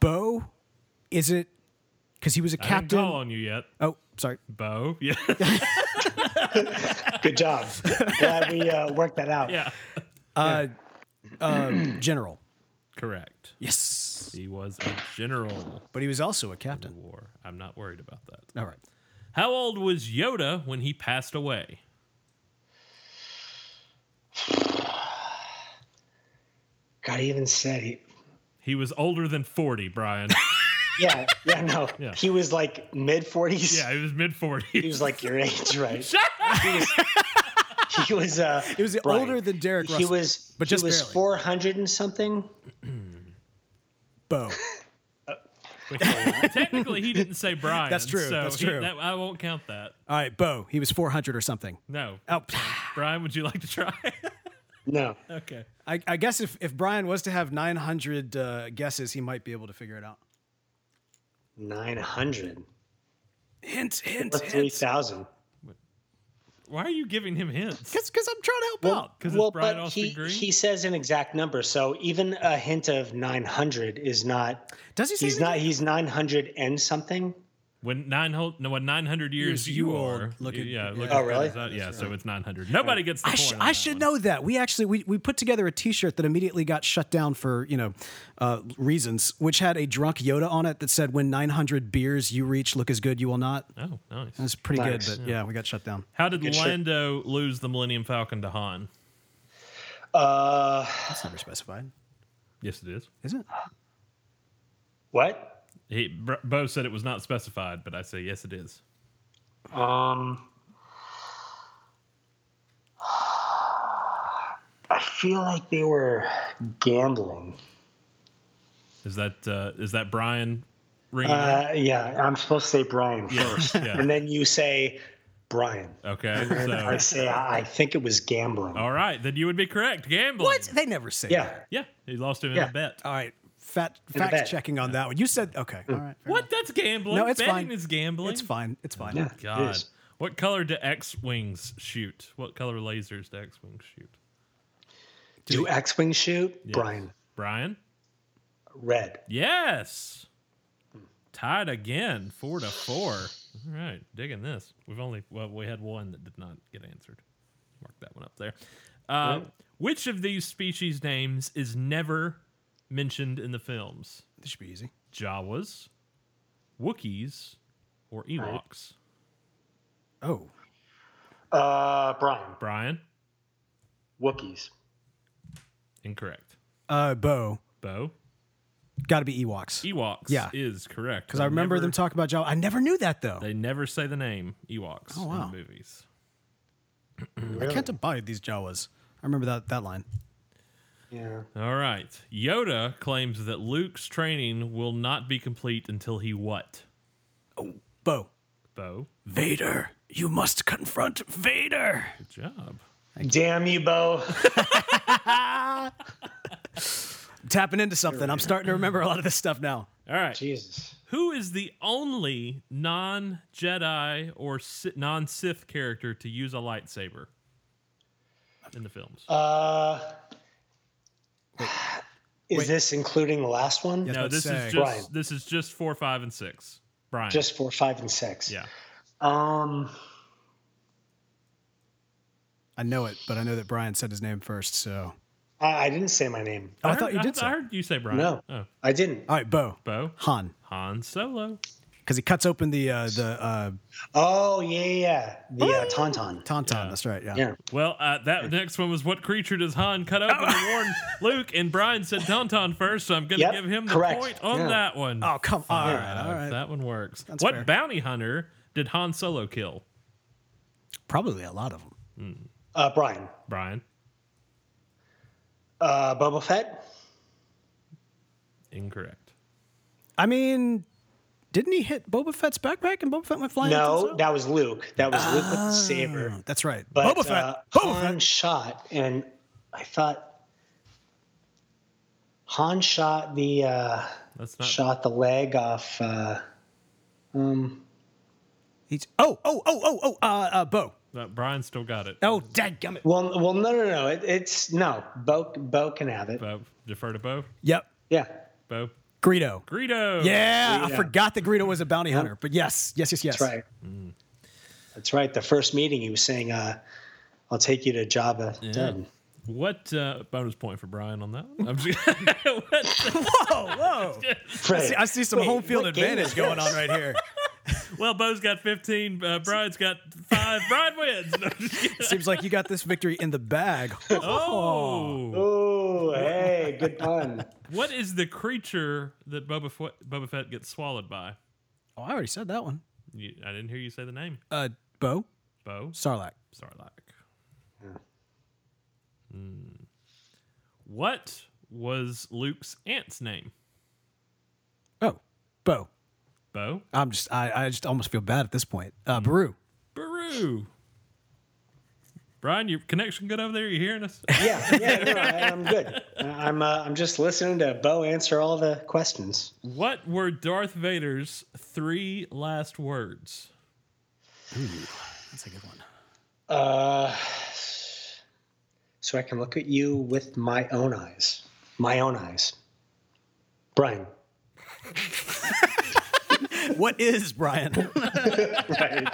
Bo, is it? Because he was a
I didn't call
captain.
on you yet,
Oh, sorry. (laughs)
Bo. Yeah,
good job glad we uh, worked that out
yeah.
Uh, uh, (clears throat) general.
(laughs) Correct.
Yes. was.
He was a general
But he was also
in
a
the
captain.
war. I'm not worried about that.
All right.
How old was Yoda when he passed away?
God, he even said he.
He was older than 40,
(laughs)
Brian.
Yeah, yeah, no.
Yeah.
He was like mid 40s.
yeah, he was mid 40s. (laughs)
He was like your age,
(laughs)
right? He was. Uh,
He was
Brian.
older than Derek Russell.
He was.
but
he
just
was
barely.
400 and something.
Bo.
Technically, he didn't say Brian.
That's true,
So
that's
he-
true.
that- I won't count that.
All right, Bo. He was 400 or something.
No.
Oh,
Brian, would you like to try? (laughs)
No.
okay.
I, I guess if, if Brian was to have 900 uh, guesses, he might be able to figure it out.
900.
Hint, hint,
Or
hint.
3,000.
Why are you giving him hints?
Because I'm trying to help out.
Because
Well,
it's Brian
but
Austin
he,
Green.
he says an exact number. So even a hint of 900 is not.
Does he say
He's
that?
not. He's 900 and something.
when nine ho- no, when nine hundred years
Years you
you are.
old, look at-
yeah.
yeah.
Look
Oh,
at-
really?
is that- yeah. So it's nine hundred. Nobody gets the
I,
point.
sh-
on
I
that
should
one.
know that. We actually we, we put together a T-shirt that immediately got shut down for you know uh, reasons, which had a drunk Yoda on it that said, "When 900 beers you reach, look as good you will not."
Oh, nice.
That's pretty
Nice.
good, but yeah, we got shut down.
How did
shirt.
Lando lose the Millennium Falcon to Han?
Uh,
That's never specified,
Yes, it is.
is it?
what?
He, Br- Bo said it was not specified, but I say yes, it is.
Um, I feel like they were gambling.
Is that uh, is that Brian? Ring?
Uh, yeah, I'm supposed to say Brian first,
yeah.
and then you say Brian.
okay.
I (laughs)
So
say I I think it was gambling.
all right, then you would be correct. Gambling.
(sighs) What? They never say. that.
Yeah,
Yeah, he lost him in
Yeah.
a bet.
All right. Fat
a bet.
fact checking on that one. You said okay.
Hmm.
All right. fair
What? That's gambling.
No, it's
Betting
fine.
is gambling.
enough. It's fine. It's fine.
yeah, it
God.
is.
What color do X wings shoot? What color lasers do X wings shoot?
Do X-wing shoot Brian
Brian?
red?
Yes. Tied again, four to four. All right, digging this. We've only well, we had one that did not get answered. Mark that one up there. Uh, Which of these species names is never mentioned in the films?
This should be easy.
Jawas, Wookiees, or Ewoks?
Oh,
Uh, Brian
Brian,
Wookiees.
incorrect.
uh, Bo,
Bo,
got to be Ewoks
Ewoks
Yeah.
is correct
because I remember them talking about Jawa. I never knew that though.
They never say the name Ewoks
Oh, wow.
in the movies.
I can't abide these Jawas. I remember that that line.
Yeah.
All right. Yoda claims that Luke's training will not be complete until he what?
Bo,
Bo,
Vader, you must confront Vader.
good job.
Damn you, Bo.
I'm tapping into something. I'm starting to remember a lot of this stuff now.
All right.
Jesus.
Who is the only non Jedi or non Sith character to use a lightsaber in the films?
Uh, is this including the last one?
no,
let's
this
say-
is just
Brian.
this is just four, five, and six. Brian.
Just four, five, and six.
yeah.
Um,
I know it, but I know that Brian said his name first. So,
I, I didn't say my name.
oh, I, thought you
heard-
did.
I,
say.
heard you say Brian.
No.
Oh,
I didn't.
All right, Bo,
Bo.
Han,
Han Solo.
because he cuts open the uh, the uh,
Oh yeah, yeah. The uh, tauntaun.
tauntaun. That's right. Yeah.
Yeah.
Well, uh, that next one was what creature does Han cut open to warn
(laughs)
Luke? And Brian said Tauntaun first, so I'm going to
Yep,
give him the
correct.
point on
Yeah.
that one.
Oh come on! All
Uh,
right, all right.
That one works. what
fair.
bounty hunter did Han Solo kill?
Probably a lot of them.
Uh, Brian.
Brian,
Uh, Boba Fett.
incorrect.
I mean, didn't he hit Boba Fett's backpack and Boba Fett went flying? into
No,
himself?
that was Luke. That was Luke with the saber.
that's right.
But
Ah. Boba Fett.
uh,
Boba
Han
Fett.
shot, and I thought Han shot the uh,
That's not.
shot the leg off. Uh, um,
He's, oh, oh, oh, oh, oh. Uh, uh, Bo.
uh, Brian still got it.
Oh, dadgummit.
well, well, no, no, no. It, it's no. Bo, Bo can have it.
Bo, defer to Bo.
Yep.
Yeah.
Bo.
Greedo.
Greedo.
Yeah, I
Greedo.
forgot that Greedo was a bounty hunter. But yes, yes, yes, yes.
That's right.
Mm.
That's right. The first meeting, he was saying, uh, "I'll take you to Jabba." Yeah.
What uh, bonus point for Brian on that? one? I'm just, (laughs) what,
Whoa, Oh,
(laughs)
whoa! I see, I see some
Wait,
home field
what game
advantage
is
going
this?
on right here.
well, Bo's got 15. Uh, Brian's got five. Brian wins. No, I'm just kidding.
Seems like you got this victory in
(laughs)
the bag.
oh,
Oh, hey, good pun.
what is the creature that Boba Fett, Boba Fett gets swallowed by?
Oh, I already said that one.
You, I didn't hear you say the name.
Uh, Bo
Bo
Sarlacc.
Sarlacc. Hmm. What was Luke's aunt's name?
Oh, Bo.
Bo
I'm just, I, I just almost feel bad at this point. Uh,
Mm-hmm.
Baru.
Baru. Brian, your connection good over there? You hearing us?
Yeah, yeah, no, I, I'm good. I- I'm uh, I'm just listening to Bo answer all the questions.
What were Darth Vader's three last words?
That's a good one.
Uh, so I can look at you with my own eyes. My own eyes. Brian. (laughs)
What
(laughs)
is Brian?
Right.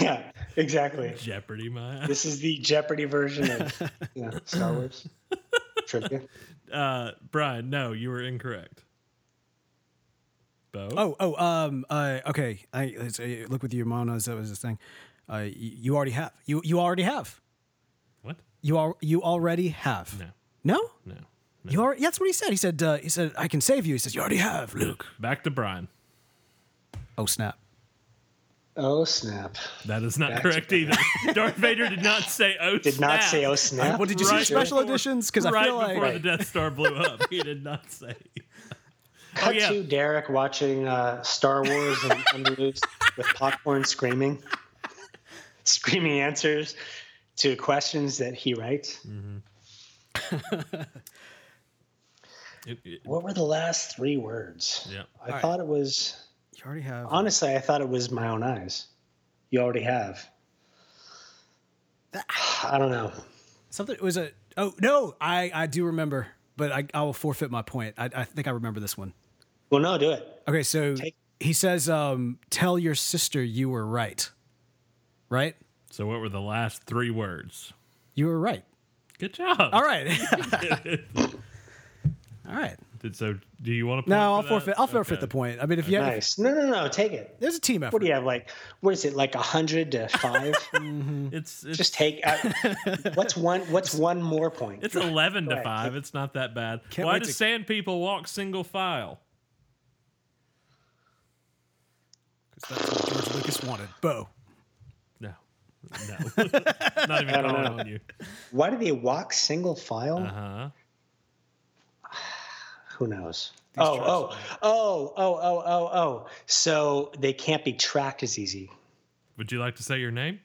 yeah, exactly.
Jeopardy, my
(laughs) This is the Jeopardy version of yeah, Star Wars trivia.
uh, Brian. No, you were incorrect. Bo.
oh, oh, um, uh, okay. I it's, uh, look with your monos. That was this thing. Uh, y- you already have. You you already have.
what?
You are you already have.
No.
No.
No.
You are. That's what he said. He said. Uh, he said. I can save you. He says. You already have, Luke.
Back to Brian.
Oh snap.
Oh snap!
That is not
Back to
correct
(laughs)
either. (laughs) Darth Vader did not say oh
Did not say oh
snap.
snap.
Well, did you see
Right
special
before-
editions? Because I
right
feel like
before the Death Star blew up,
(laughs)
he did not say.
Cut
yeah.
to Derek watching uh, Star Wars and (laughs) Underoos with popcorn screaming, screaming answers to questions that he writes.
It- it-
What were the last three words?
yeah.
I thought it was
you already have.
honestly. I thought it was my own eyes. You already have. (sighs) I don't know.
Something was a. Oh no, I I do remember, but I I will forfeit my point. I I think I remember this one.
Well, no, do it.
Okay, so
Take-
he says, um, "Tell your sister you were right." Right,
So what were the last three words?
you were right.
Good job. All (laughs)
All right, (laughs) all right.
Did, so do you want to?
No, I'll forfeit. I'll forfeit the point. I mean, if you have,
Nice. No, no, no. Take it.
there's a team effort.
What do you have? Like, what is it? Like a hundred
(laughs)
to five?
It's it's,
Just take. Uh, what's one? What's one more point? (laughs)
it's eleven to
Right.
five. It's not that bad.
Can't
Why
wait
do
to-
sand people walk single file?
'Cause That's what George Lucas wanted. Bo, (laughs)
No, no, (laughs) not even calling
know.
on you.
Why do they walk single file?
Uh huh.
(sighs) Who knows? Oh, oh, oh, oh, oh, oh, oh. So they can't be tracked as easy.
Would you like to say your name?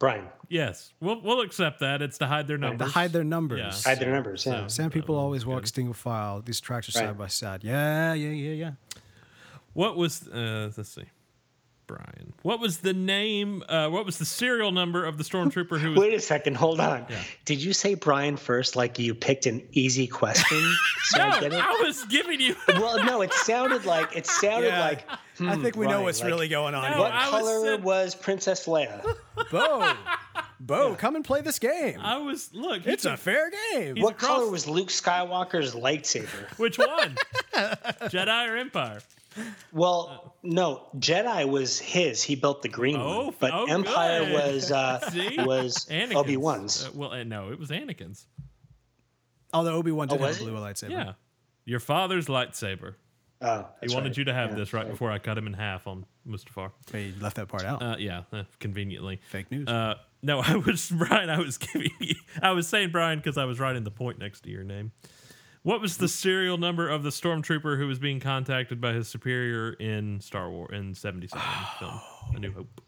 Brian,
Yes, we'll we'll accept that. It's to hide their
to
numbers.
hide their numbers.
Yeah.
hide their numbers. Yeah.
Sand people always walk single file. These tracks are
Right.
side by side. Yeah, yeah, yeah, yeah.
What was uh, let's see, Brian? What was the name? Uh, what was the serial number of the stormtrooper who was?
Wait a second. Hold on. Did you say Brian first? Like you picked an
(laughs)
easy question? So
no,
I get it?
Oh, I was giving you. (laughs)
Well, no. It sounded like it sounded
Yeah.
like.
I think we know
Brian,
what's
like-
really going on.
hmm, No,
What
Oh, I was
color
said-
was Princess Leia?
Bo, Bo, come and play this game.
I was look. he
it's a
can-
fair game.
What
across-
color was Luke
(laughs)
Skywalker's lightsaber?
which one? Jedi or Empire?
Well, no, Jedi was his. He built the green one,
Oh,
but
oh,
Empire
good.
was
(laughs)
uh,
See?
was
Anakin's.
Obi Wan's.
Uh, well, uh, no, it was Anakin's.
Although Obi Wan did
was
have a
it?
blue lightsaber.
Oh, Yeah, your father's lightsaber.
oh,
He wanted you to have this right before I cut him in half on Mustafar.
But you left that part out.
Uh, yeah, uh, conveniently.
Fake news.
Uh, no, (laughs) I was Brian. I was giving. You, I was saying Brian because I was writing the point next to your name. What was the serial number of the stormtrooper who was being contacted by his superior in Star Wars in seventy seven film A New Hope?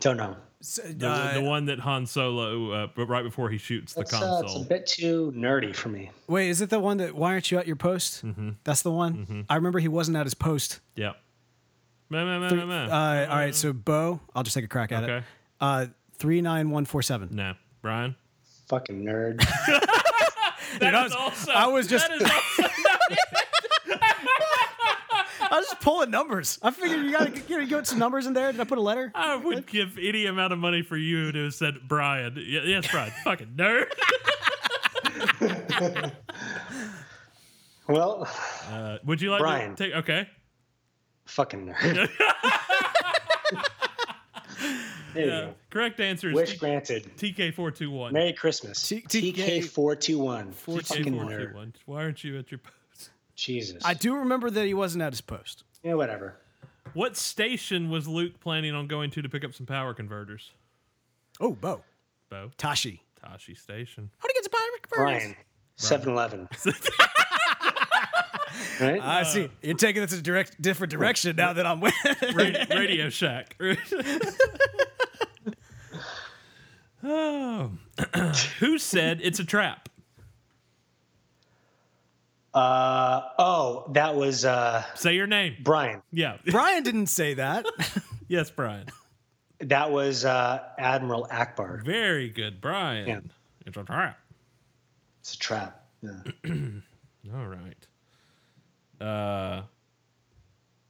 Don't know.
So,
The,
uh,
the one that Han Solo, uh, but right before he shoots the
It's, uh, it's
console.
a bit too nerdy for me.
wait, is it the one that? Why aren't you at your post?
Mm-hmm.
That's the one. I remember he wasn't at his post.
yeah. Ma, ma, ma, ma, ma.
Uh, all right, so Bo, I'll just take a crack at it.
Okay.
Uh, three nine one four seven.
no, Brian. (laughs)
Fucking nerd.
That
I
is
was-
also-
I was just-
that is also-
I was just pulling numbers. I figured you gotta you know, get some numbers in there. Did I put a letter?
I would give any amount of money for you to have said Brian. Y- Yes, Brian. Fucking nerd. (laughs)
Well,
Uh, would you like
Brian.
to take? Okay.
fucking
(laughs)
nerd.
Uh,
there you go.
correct answer is
Wish granted.
TK four two one.
Merry Christmas.
T-
TK421.
TK
Fucking
four two
nerd.
one. Why aren't you at your post?
Jesus.
I do remember that he wasn't at his post.
yeah, whatever.
What station was Luke planning on going to to pick up some power converters?
Oh, Bo.
Bo
Tashi.
Tashi
(laughs)
Station.
How do you get to buy
Brian,
(laughs)
7 Eleven. Right?
I see. You're taking this a direct different direction now that I'm with.
Ra- Radio Shack. (laughs) oh. (clears throat) Who said it's a trap?
Uh, oh, that was uh,
Say your name.
Brian.
Yeah. (laughs)
Brian didn't say (laughs) that.
yes, Brian.
That was uh, Admiral Akbar.
Very good, Brian.
Yeah.
It's a trap.
It's a trap. Yeah.
All right. Uh,
I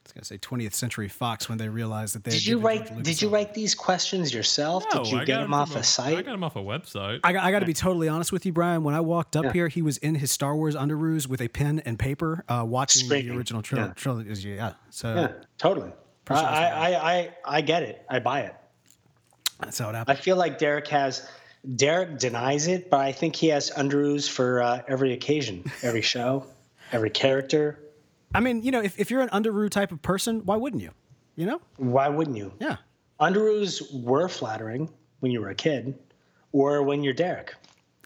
was gonna say 20th Century Fox when they realized that they.
Did you write? Did you write these questions yourself?
no,
did you
oh, I
get
got
them
it
off
from
a
I
site?
got him off a website.
I got, I got to be totally honest with you, Brian. When I walked up here, he was in his Star Wars underoos with a pen and paper, uh, watching
Scraping,
the original tril-
yeah.
trilogy. Yeah. So
Yeah, totally. I, I, I, I, I get it. I buy it.
that's how it
I
happened.
feel like Derek has. Derek denies it, but I think he has underoos for uh, every occasion, every show, (laughs) every character.
I mean, you know, if, if you're an underoo type of person, why wouldn't you? You know?
Why wouldn't you?
Yeah.
Underoos were flattering when you were a kid, or when you're Derek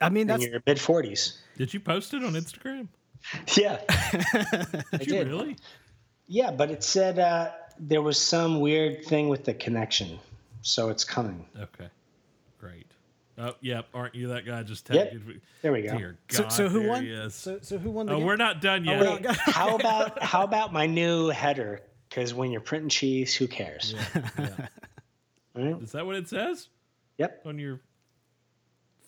I mean,
in
that's
your mid forties. (laughs)
Did you post it on Instagram?
Yeah, I
Did you
did.
really?
Yeah, but it said uh, there was some weird thing with the connection, so it's coming.
Okay. Great. Oh, yep. Aren't you that guy just
Yep.
tagged? you?
There we go.
Dear God,
so, so. Who
there
won?
he is.
So, so who won the
oh,
game?
we're not done yet.
Wait,
(laughs)
how about how about my new header? Because when you're printing cheese, who cares? Alright?
Is that what it says
Yep.
on your?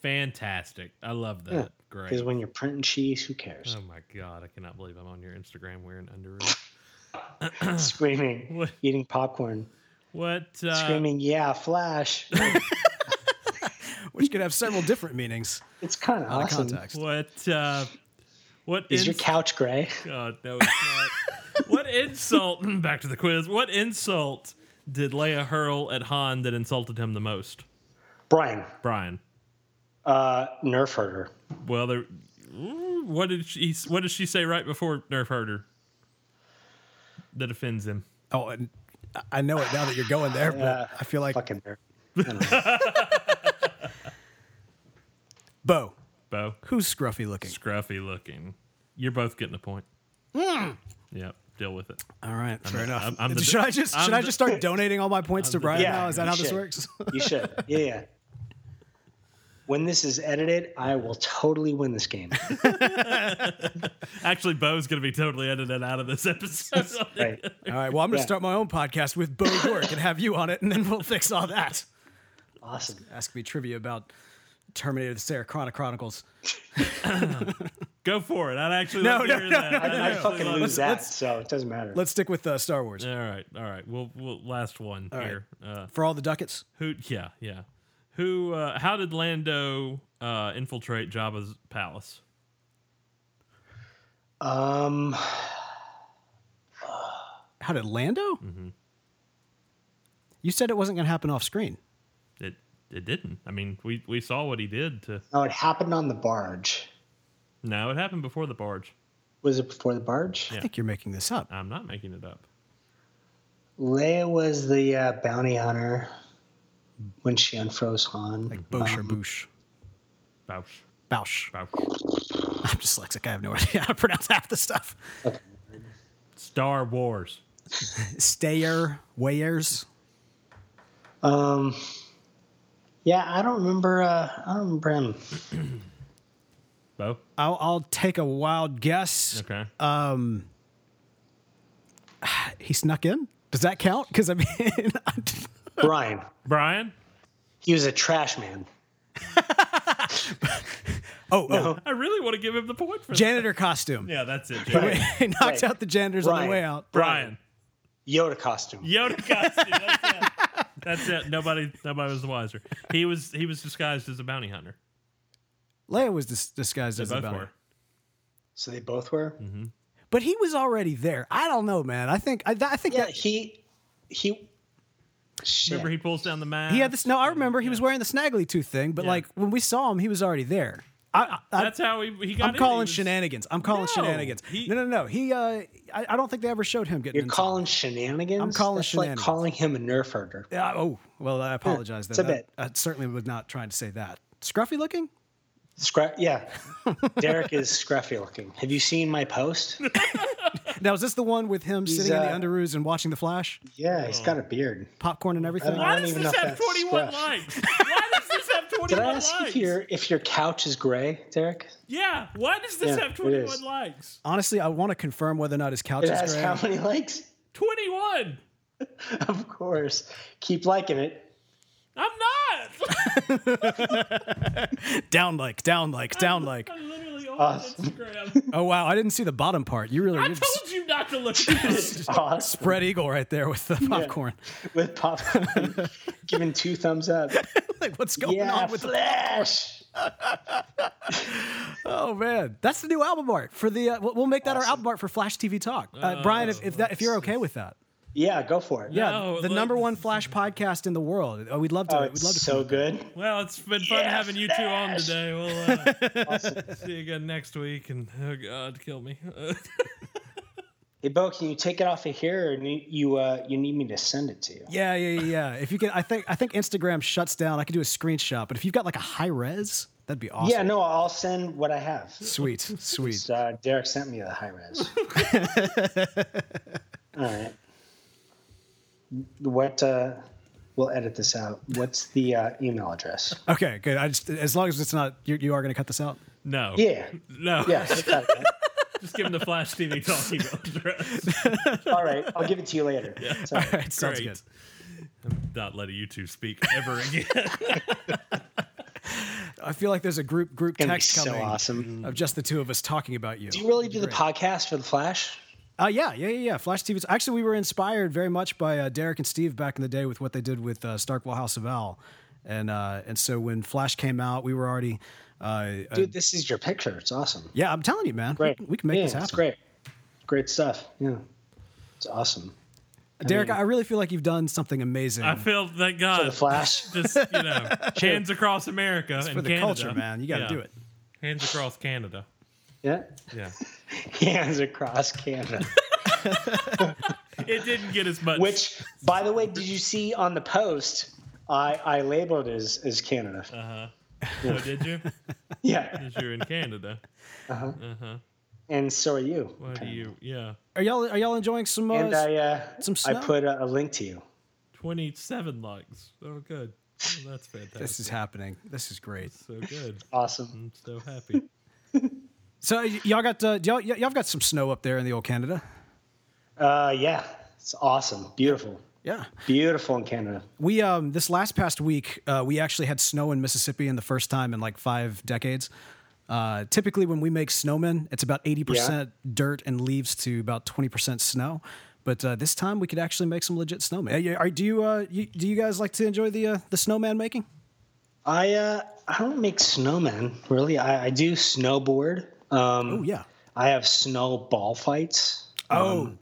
Fantastic! I love that. Great.
Because when you're printing cheese, who cares?
Oh my god! I cannot believe I'm on your Instagram wearing
(laughs)
underwear.
Screaming,
(laughs) What?
eating popcorn,
What? Uh,
screaming, yeah, flash.
Which could have several different
(laughs)
meanings
it's kind of
out of
awesome.
context.
What? Uh, what
Is your
ins-
couch gray?
God, no, it's
(laughs)
not. what insult? (clears throat) Back to the quiz. What insult did Leia hurl at Han that insulted him the most?
Brian,
Brian.
uh, Nerf herder.
Well, there. Ooh, What did she? What did she say right before Nerf herder? That offends him.
Oh, and I- I know it now that you're going there, but I feel like
Fucking Nerf. I don't know.
Bo,
Bo.
who's scruffy looking?
Scruffy looking. You're both getting a point. Yep. Deal with it.
All right, fair enough.
I'm- I'm the-
should I just
I'm
should I
the-
just start donating all my points to Brian
Yeah,
now? Is that how
you
this
should. (laughs)
works?
you should. Yeah, yeah. When this is edited, I will totally win this game.
Actually, Bo's going to be totally edited out of this (laughs) episode. (laughs)
Right.
all right. Well, I'm going to
Yeah.
start my own podcast with Bo York and have you on it, and then we'll fix all that.
Awesome.
Ask me trivia about Terminator: The Sarah Chronic Chronicles.
Go for it. I'd actually
No,
love
no,
to hear
no,
that.
no,
I'd
I, I
actually
fucking
love
lose
to-
that, so it doesn't matter.
Let's stick with uh, Star Wars
All right, all right. We'll we'll last one here. Uh,
for all the ducats.
who? Yeah, yeah. Who? Uh, how did Lando uh, infiltrate Jabba's palace?
Um,
How did Lando? Mm-hmm. You said it wasn't going to happen off screen.
It it didn't. I mean, we we saw what he did to.
no, it happened on the barge.
No, it happened before the barge.
Was it before the barge?
I think you're making this up.
I'm not making it up.
Leia was the uh, bounty hunter when she unfroze Han.
Bosh or Boosh.
Bouch,
Bausch.
bouch.
(laughs) I'm dyslexic. I have no (laughs) idea how to pronounce half the stuff.
Star Wars.
Stayer, Wayers.
Um, yeah, I don't remember. Uh, I don't remember
(laughs)
him.
Bo.
I'll, I'll take a wild guess.
Okay.
He snuck in. Does that count? Because I mean, (laughs) I'm-
Brian.
Brian.
He was a trash man.
oh, oh,
I really want to give him the point for. that.
janitor costume.
Yeah, that's it. Jared.
(laughs) he knocked
Right.
out the janitors on
Right.
the way out.
Brian.
Yoda costume.
(laughs)
Yoda costume. That's it. That's it. Nobody, nobody was the wiser. He was he was disguised as a bounty hunter.
Leia was dis- disguised
They
as a
both
bounty.
were.
So they both were.
Mm-hmm. But he was already there. I don't know, man. I think I, I think
Yeah,
that
he he. Shit.
Remember, he pulls down the mask.
he had this. No, I remember he was wearing the snaggly tooth thing, but
Yeah.
like when we saw him, he was already there. I, I,
That's how he, he got. in.
I'm
He
calling
was-
shenanigans. I'm calling
No,
shenanigans.
he-
no, no, no. He, uh, I, I don't think they ever showed him getting.
You're
into-
calling shenanigans.
I'm calling
That's
shenanigans.
Like calling him a nerf herder.
Yeah, oh, well, I apologize.
it's
then.
a
I-
bit.
I, certainly was not trying to say that. Scruffy looking?
Scra-
(laughs)
yeah, Derek is scruffy looking. Have you seen my
(laughs)
post?
Now is this the one with him sitting
uh,
in the underoos and watching the Flash,
Yeah, he's got a beard.
popcorn and everything?
don't- I
Why does
even
this
know if
have
that's
21
scruff.
likes? (laughs) Why does this have 21
Did I ask
likes?
if your if your couch is gray, Derek?
Yeah. Why does this
Yeah,
have
it
21
is.
likes?
Honestly, I want to confirm whether or not his couch
It
is
has
gray.
how many likes?
21.
Of course. Keep liking it.
I'm not. (laughs)
down like, down like, down like.
I'm literally on
Awesome.
Instagram.
Oh wow, I didn't see the bottom part. You really
I
did (laughs)
told you not to look at this.
Awesome.
spread eagle right there with the popcorn. (laughs)
With pop, (laughs) giving two thumbs up.
like what's going
Yeah,
on with the
flash.
Oh man, that's the new album art for the. Uh, we'll we'll make that our album art for Flash TV Talk. Uh, Brian, if, if that if you're okay with that,
Yeah, go for it.
yeah,
No, look-
the
number
number one Flash podcast in the world. Oh, we'd love to.
Oh,
we'd
it's
love to.
so good.
Well, it's been fun
Yeah,
having you two on
Flash.
today. We'll uh,
Awesome.
see you again next week. And oh, God, kill me. (laughs)
Hey, Bo, can you take it off of here, or need- you uh, you need me to send it to you?
Yeah, yeah, yeah. yeah. If you can, I think I think Instagram shuts down. I could do a screenshot, but if you've got like a high res, that'd be awesome.
Yeah, no, I'll send what I have. (laughs)
Sweet, sweet.
Uh, Derek sent me the high res.
(laughs)
All right. What? Uh, we'll edit this out. What's the uh, email address?
Okay, good. I just as long as it's not you, you are going to cut this out. (laughs)
no.
Yeah.
No.
Yeah. I got it.
Just give him the Flash TV talking address.
All right. I'll give it to you later. Sorry.
All right, sounds
Great.
good.
Not letting you two speak ever again.
I feel like there's a group group
Gonna be
text
so
coming
awesome.
of just the two of us talking about you.
Do you really do the podcast for the Flash?
Uh, yeah, yeah, yeah, yeah. Flash TV. Actually, we were inspired very much by uh, Derek and Steve back in the day with what they did with uh, Starkwell House of Al, and uh, and so when Flash came out, we were already. Uh, uh,
Dude, this is your picture. It's awesome.
yeah, I'm telling you, man. We, can- we can make
yeah,
this happen.
It's great. Great stuff. Yeah. It's awesome.
Derek, I, really feel like you've done something amazing
I feel, thank
For the
God.
Flash.
(laughs) Just, you know, hands across America and
for the
Canada.
culture, man. You got to
Yeah.
do it.
Hands across Canada.
Yeah.
Yeah.
(laughs) Hands across Canada.
It didn't get as much.
Which, by the way, did you see on the post? I, I labeled as as Canada.
Oh, did you?
(laughs) yeah.
Because you're in Canada.
And so are you.
Why do you? Yeah.
Are y'all are y'all enjoying some uh,
And I uh,
Some
I
snow.
put a, a link to you.
27 likes. Oh, good. Oh, that's fantastic.
This is happening. This is great.
so good.
Awesome.
I'm so happy.
So y- y'all got uh, y'all y'all have got some snow up there in the old Canada.
Uh, yeah. It's awesome. Beautiful.
Yeah.
Beautiful in Canada.
We um this last past week uh, we actually had snow in Mississippi in the first time in like five decades. Uh, typically, when we make snowmen, it's about eighty percent dirt and leaves to about twenty percent snow. But uh, this time, we could actually make some legit snowmen. Uh, yeah, Are, do you, uh, you do you guys like to enjoy the uh, the snowman making?
I uh, I don't make snowmen really. I, I do snowboard. Um,
Oh yeah.
I have snowball fights.
Oh,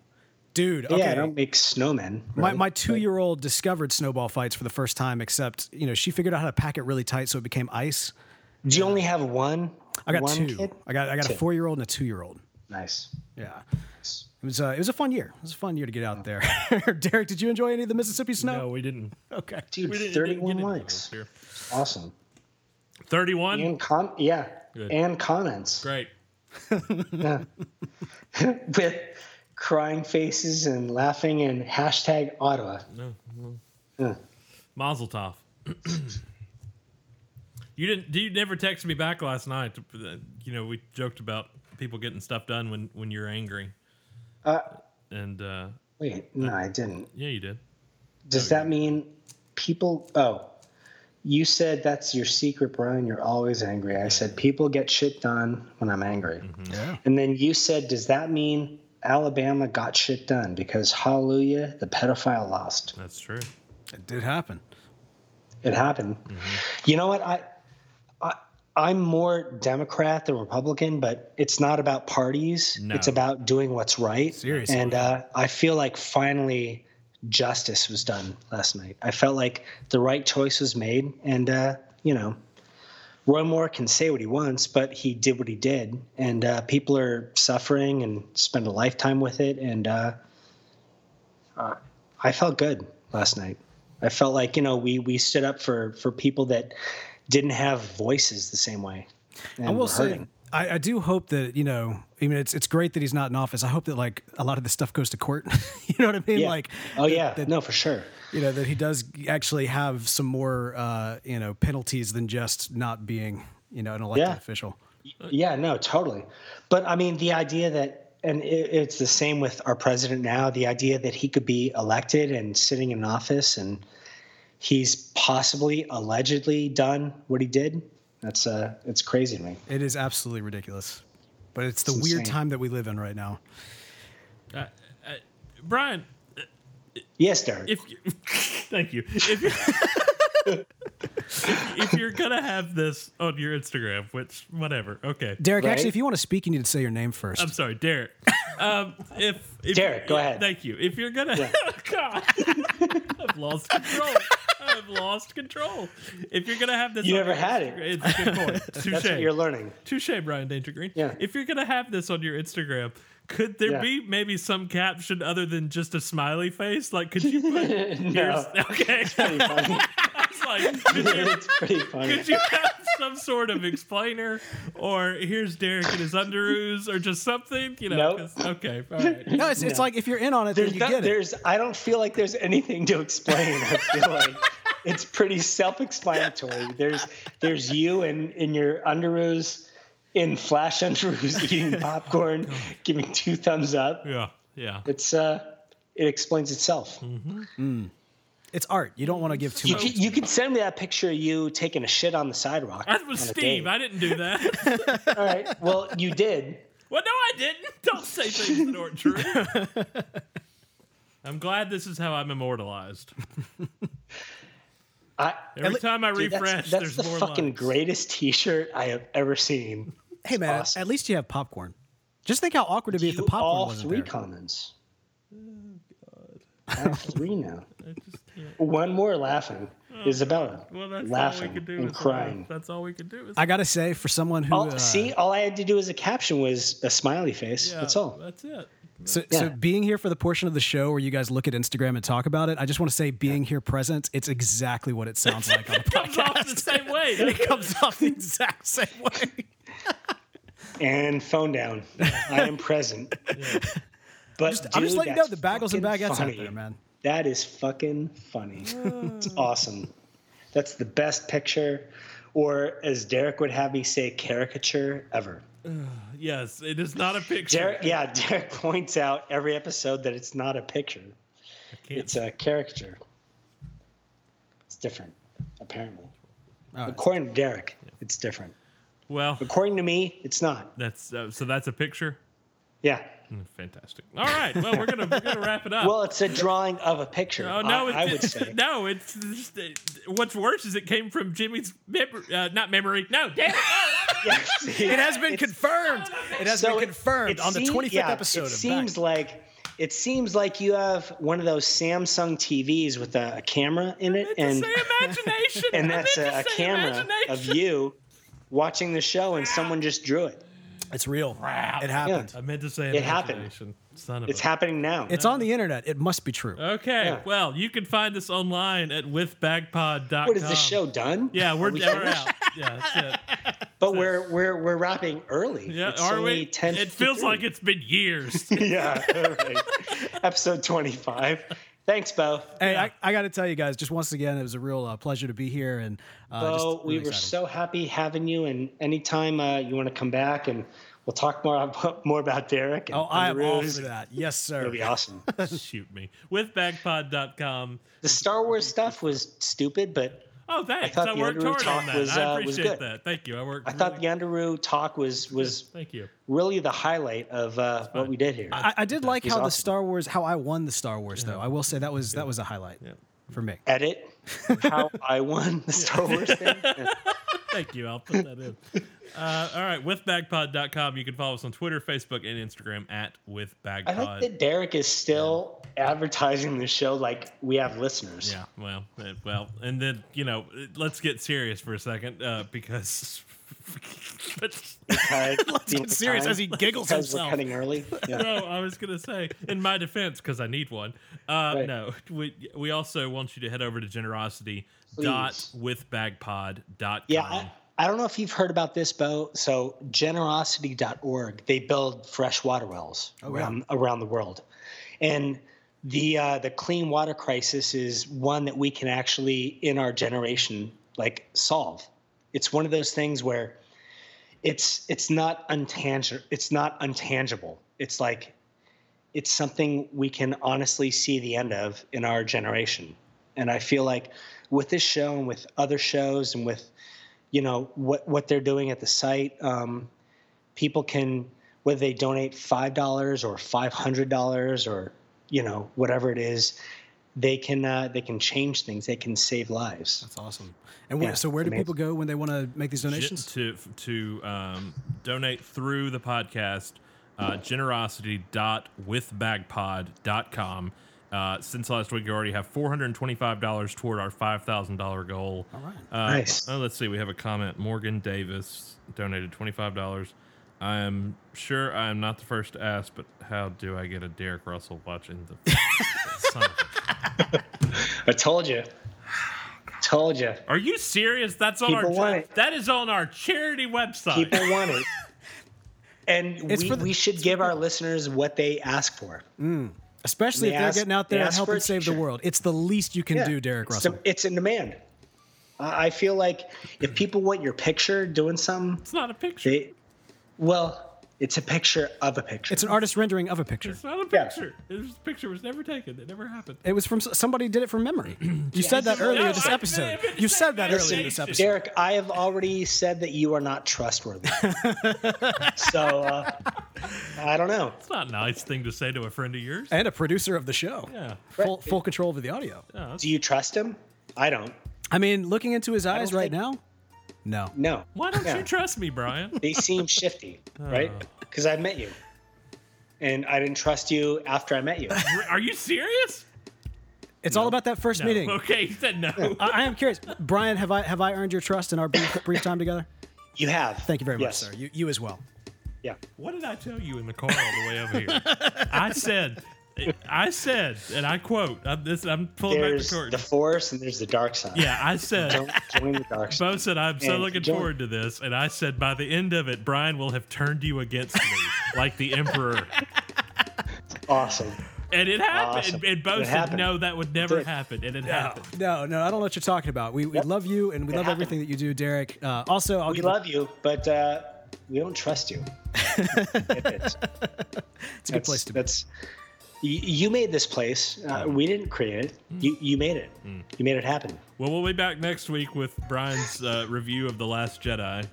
dude. Okay.
Um, Yeah, I don't make snowmen.
My,
really.
my two year old discovered snowball fights for the first time, except, you know, she figured out how to pack it really tight so it became ice.
Do you only have one?
I got
one
two.
Kid?
I got I got
Two.
a four year old and a two year old.
Nice.
Yeah. It was uh, it was a fun year. It was a fun year to get
Oh.
out there. (laughs) Derek, did you enjoy any of the Mississippi
No,
snow?
we didn't.
Okay.
Dude,
We didn't- didn't get
31
into
likes.
those here.
Awesome.
31?
And com- yeah,
Good.
and comments
Great.
with crying faces and laughing and hashtag Ottawa.
Mazel tov. (clears throat) you didn't. You never texted me back last night. Uh, You know, we joked about people getting stuff done when when you're angry. Uh, and uh,
Wait, no, I didn't.
yeah, you did.
Does that mean people? Oh, you said that's your secret, Brian. You're always angry. I said people get shit done when I'm angry. And then you said, does that mean Alabama got shit done because hallelujah, the pedophile lost?
That's true.
It did happen.
It happened. You know what? I, I I'm more Democrat than Republican, but it's not about parties.
No.
It's about doing what's right.
Seriously.
And uh, I feel like finally justice was done last night. I felt like the right choice was made. And, uh, you know, Roy Moore can say what he wants, but he did what he did. And uh, people are suffering and spend a lifetime with it. And uh, uh, I felt good last night. I felt like, you know, we, we stood up for, for people that didn't have voices the same way. And
I will
were
say,
hurting.
I, I do hope that you know. I mean, it's it's great that he's not in office. I hope that like a lot of this stuff goes to court. (laughs) you know what I mean?
Yeah.
Like,
oh,
that-
yeah.
that,
no, for sure.
you know that he does actually have some more uh, you know penalties than just not being you know an elected
Yeah.
official.
Yeah, no, totally. But I mean, the idea that, and it, it's the same with our president now, the idea that he could be elected and sitting in office and he's possibly allegedly done what he did. That's uh, it's crazy to me.
It is absolutely ridiculous, but it's the
It's
weird
insane.
time that we live in right now.
Brian,
Yes, Derek.
if you, (laughs) thank you if you're, (laughs) if you're gonna have this on your instagram which whatever okay
Derek,
Right?
actually, if you want to speak, you need to say your name 1st
i'm sorry derek um if, if
Derek, go ahead.
thank you if you're gonna (laughs) Oh, god i've lost control i've lost control if you're gonna have this
You
on
never
your
had it.
Instagram- it's a good point
(laughs) That's what
Touche. (laughs)
you're learning.
Touche, Brian Danger Green.
Yeah.
If you're gonna have this on your Instagram, could there
Yeah.
be maybe some caption other than just a smiley face? Like, could you put? here's-
(laughs) no,
(laughs) Okay.
pretty funny.
(laughs) I was like, could you,
it's pretty funny.
could you have some sort of explainer, or here's Derek and his underoos, or just something? You know.
Nope.
'cause- Okay. All right.
no, it's, it's like if you're in on it,
There's,
then you
not-
get it.
there's I don't feel like there's anything to explain. I feel like it's pretty self-explanatory. There's there's you and in your underoos in flash underoos (laughs) eating popcorn, giving two thumbs up.
Yeah. Yeah.
It's uh it explains itself.
Mm-hmm.
It's art. You don't want to give too
You
much.
can, you can send me that picture of you taking a shit on
(laughs)
the sidewalk.
That was
on a
Steve.
date.
I didn't do that.
All right. Well, you did.
well, no, I didn't. Don't say things that aren't true. I'm glad this is how I'm immortalized.
I
Every time I
dude,
refresh,
that's, that's
there's
the
more
fucking
lines.
greatest t-shirt I have ever seen.
hey, man,
awesome.
at least you have popcorn. Just think how awkward it'd be if the popcorn
all
wasn't
three
there.
comments. I have three now.
Oh, (laughs) I just can't. Oh,
One more laughing. Isabella
Well, that's all
laughing
we could do.
and
is laugh.
crying.
That's all we could do. Is
I gotta say, for someone who
All,
uh,
see, all I had to do as a caption was a smiley face.
yeah,
That's all.
That's it.
So,
Yeah.
so being here for the portion of the show where you guys look at Instagram and talk about it, I just want to say, being here present, it's exactly what it sounds like
(laughs)
on the podcast. (laughs)
Comes off the same way.
it comes off the exact same way.
And phone down. I
(laughs)
am present. But
I'm just
dude,
letting you know
that's
the bagels and
fucking
baguettes
funny.
out there, man.
That is fucking funny. (laughs) it's awesome. That's the best picture, or as Derek would have me say, caricature ever.
yes, it is not a picture.
Derek, yeah, (laughs) Derek points out every episode that it's not a picture;
I can't-
it's a caricature. It's different, apparently.
Oh,
According to Derek, it's different.
well,
According to me, it's not.
that's uh, so. That's a picture.
Yeah.
Mm, Fantastic. All right. Well, we're gonna we're gonna wrap it up.
(laughs) Well, it's a drawing of a picture.
Oh no!
I, I
it's,
(laughs)
would say.
(laughs) no. It's just, it, what's worse is it came from Jimmy's memory, uh, not memory. No, damn it!
Yeah, see?
(laughs) It has been confirmed. It has
So
been confirmed
it
on the
seem-
25th
yeah,
episode
It
of
seems
Back.
like it seems like you have one of those Samsung TVs with a, a camera in it, and
say
(laughs)
imagination.
and
I
that's
meant
a,
to
a
say
camera
imagination.
of you watching the show, and someone just drew it.
It's real. It happened.
I meant to say
It happened.
imagination. Son of
It's
a-
happening now.
It's on the internet. It must be true.
(laughs) Okay,
Yeah.
well, you can find us online at withbagpod.com.
what is the show done?
Yeah, we're,
Are we
we're
finished?
out. Yeah, that's it.
But we're we're we're wrapping
(laughs)
early.
Yeah,
It's
are
only
we?
10
It feels like it's been years.
(laughs) yeah. all right. Episode twenty five. Thanks, Bo.
Hey, I, I got to tell you guys, just once again, it was a real uh, pleasure to be here, and uh, just
Bo, we
really
were
excited.
so happy having you, and anytime uh, you want to come back, and we'll talk more ab- more about Derek. And
Oh, I am all
Underoos.
for that.
(laughs)
Yes,
It'll
sir.
be awesome.
(laughs) Shoot me. Withbagpod.com.
the Star Wars stuff was stupid, but
Oh, thanks. I,
thought the
worked
Underwood
hard
talk
on that.
was,
I
uh, was
appreciate
good.
that. Thank you. I worked.
I thought the Underoo talk was was
Thank you.
really the highlight of uh, what we did here.
I, I did like how the
awesome.
Star Wars, how I won the Star Wars, though. I will say that was that was a highlight for me.
(laughs)
(laughs)
Edit how I won the Star Wars thing.
Thank you. I'll put that in. Uh, all right, withbagpod.com. You can follow us on Twitter, Facebook, and Instagram at
I like
withbagpod.
that Derek is still advertising the show like we have listeners.
Yeah, well, eh, well, and then you know, eh, let's get serious for a second uh, because. (laughs) but-
(laughs)
Let's
get serious as he giggles
because
himself.
we're cutting
(laughs)
early. Yeah.
no, I was gonna say in my defense because I need one. Uh,
Right.
No, we we also want you to head over to generosity dot withbagpod.com.
Yeah, I, I don't know if you've heard about this, Bo. So generosity.org, they build fresh water wells around around the world, and the uh, the clean water crisis is one that we can actually in our generation like solve. It's one of those things where it's it's not untangible. It's not untangible. It's like it's something we can honestly see the end of in our generation. And I feel like with this show and with other shows and with you know what what they're doing at the site. Um, people can whether they donate five dollars or five hundred dollars or you know whatever it is, they can uh, they can change things. They can save lives.
That's awesome. And where,
Yeah,
so, where do
amazing.
people go when they want to make these
Gen-
donations?
to to um, donate through the podcast uh, generosity.withbagpod.com. Uh, since last week, we already have four hundred twenty-five dollars toward our five thousand dollar goal. All right, uh,
Nice.
oh, let's see. We have a comment. Morgan Davis donated twenty-five dollars. I am sure I am not the first to ask, but how do I get a Derek Russell watching the? (laughs) Son of a-
I told you, told you.
Are you serious? That's on
People want
our
it.
that is on our charity website.
People want it, and
It's
we,
for the-
we should give our listeners what they ask for.
Especially
They
if they're
ask-
getting out
they
there and
ask for
helping
a
save the
t-shirt.
world. It's the least you can
Yeah,
do, Derek
it's
Russell.
the- it's in demand. I I feel like if people want your picture doing something,
It's not a picture.
They, well, it's a picture of a picture.
it's an artist rendering of a picture.
It's not a
Yeah.
picture. This picture was never taken. It never happened.
It was from somebody did it
(clears throat)
from memory. You said that earlier
No,
this
I-
episode.
but it's
You
not
said that earlier
validation.
this episode.
Derek, I have already said that you are not
(laughs)
trustworthy. so uh, I don't know.
It's not a nice thing to say to a friend of yours.
And a producer of the show.
Yeah.
Full, full control over the audio.
Do you trust him? I don't.
I mean, looking into his eyes right
think-
now, no.
No.
Why don't
Yeah.
you trust me, Brian? (laughs)
They seem
(laughs)
shifty, right?
Oh.
Because I met you, and I didn't trust you after I
(laughs)
met you.
Are you serious?
It's all about that first
No.
meeting.
Okay, he said no.
I, I am curious, Brian. Have I have I earned your trust in our brief, brief time together?
You have.
Thank you very
Yes.
much, sir. You, you as well.
Yeah.
What did I tell you in the car all the way over here? I said, I said, and I quote, I'm, this, I'm pulling
There's
back the curtain.
the force and there's the dark side.
yeah, I said,
Don't join the
(laughs)
dark side.
Bo said, I'm so
And
looking
join-
forward to this. And I said, by the end of it, Brian will have turned you against me like the emperor.
Awesome.
And it happened.
Awesome.
And Bo
It
said,
happened.
no, that would never
did.
happen. And it happened.
No, no, I don't know what you're talking about. We, we love you and we love
happened.
everything that you do, Derek. Uh, also, I'll
We
give
love you, but uh, we don't trust
(laughs)
you. it's
it's a good place to be.
That's you, you made this place. Uh, we didn't create it.
Hmm.
You you made it.
Hmm.
You made it happen.
Well, we'll be back next week with Brian's uh, review of The Last Jedi.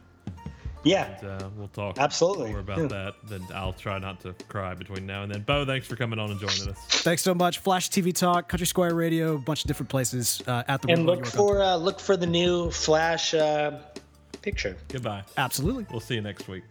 Yeah.
Uh, we'll talk
Absolutely.
more about
Yeah.
that. Then I'll try not to cry between now and then. Bo, thanks for coming on and joining us.
Thanks so much. Flash TV Talk, Country Square Radio, a bunch of different places uh, at the
And
World
look
Radio World
for uh, look for the new Flash uh, picture.
Goodbye.
Company. Absolutely.
We'll see you next week.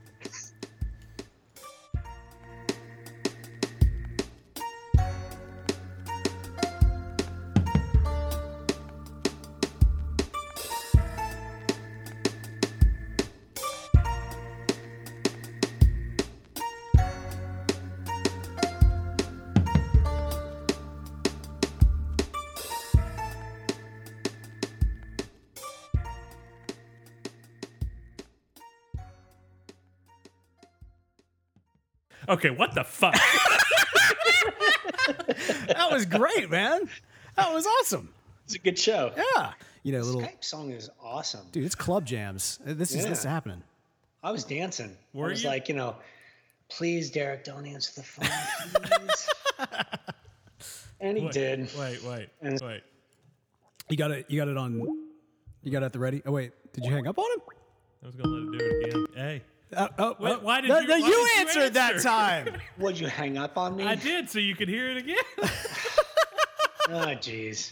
Okay, what the fuck?
That was great, man. That was awesome.
It's a good show.
Yeah. You know, little
Skype song is awesome.
dude, it's club jams. Uh, This is this is
Yeah.
happening.
I was dancing.
Were
I was
you?
like, you know, please, Derek, don't answer
(laughs)
the phone. Please. and he
wait,
did.
(laughs) Wait, wait, wait.
You got it. You got it on. You got it at the ready. Oh wait, did you hang up on him?
I was gonna let it do it again. Hey,
Uh, oh,
Wait,
oh.
why did
no,
you-
no,
why
you
did you
answered that
answer? (laughs)
time.
Would you hang up on me?
I did, so you could hear it again.
Oh, jeez.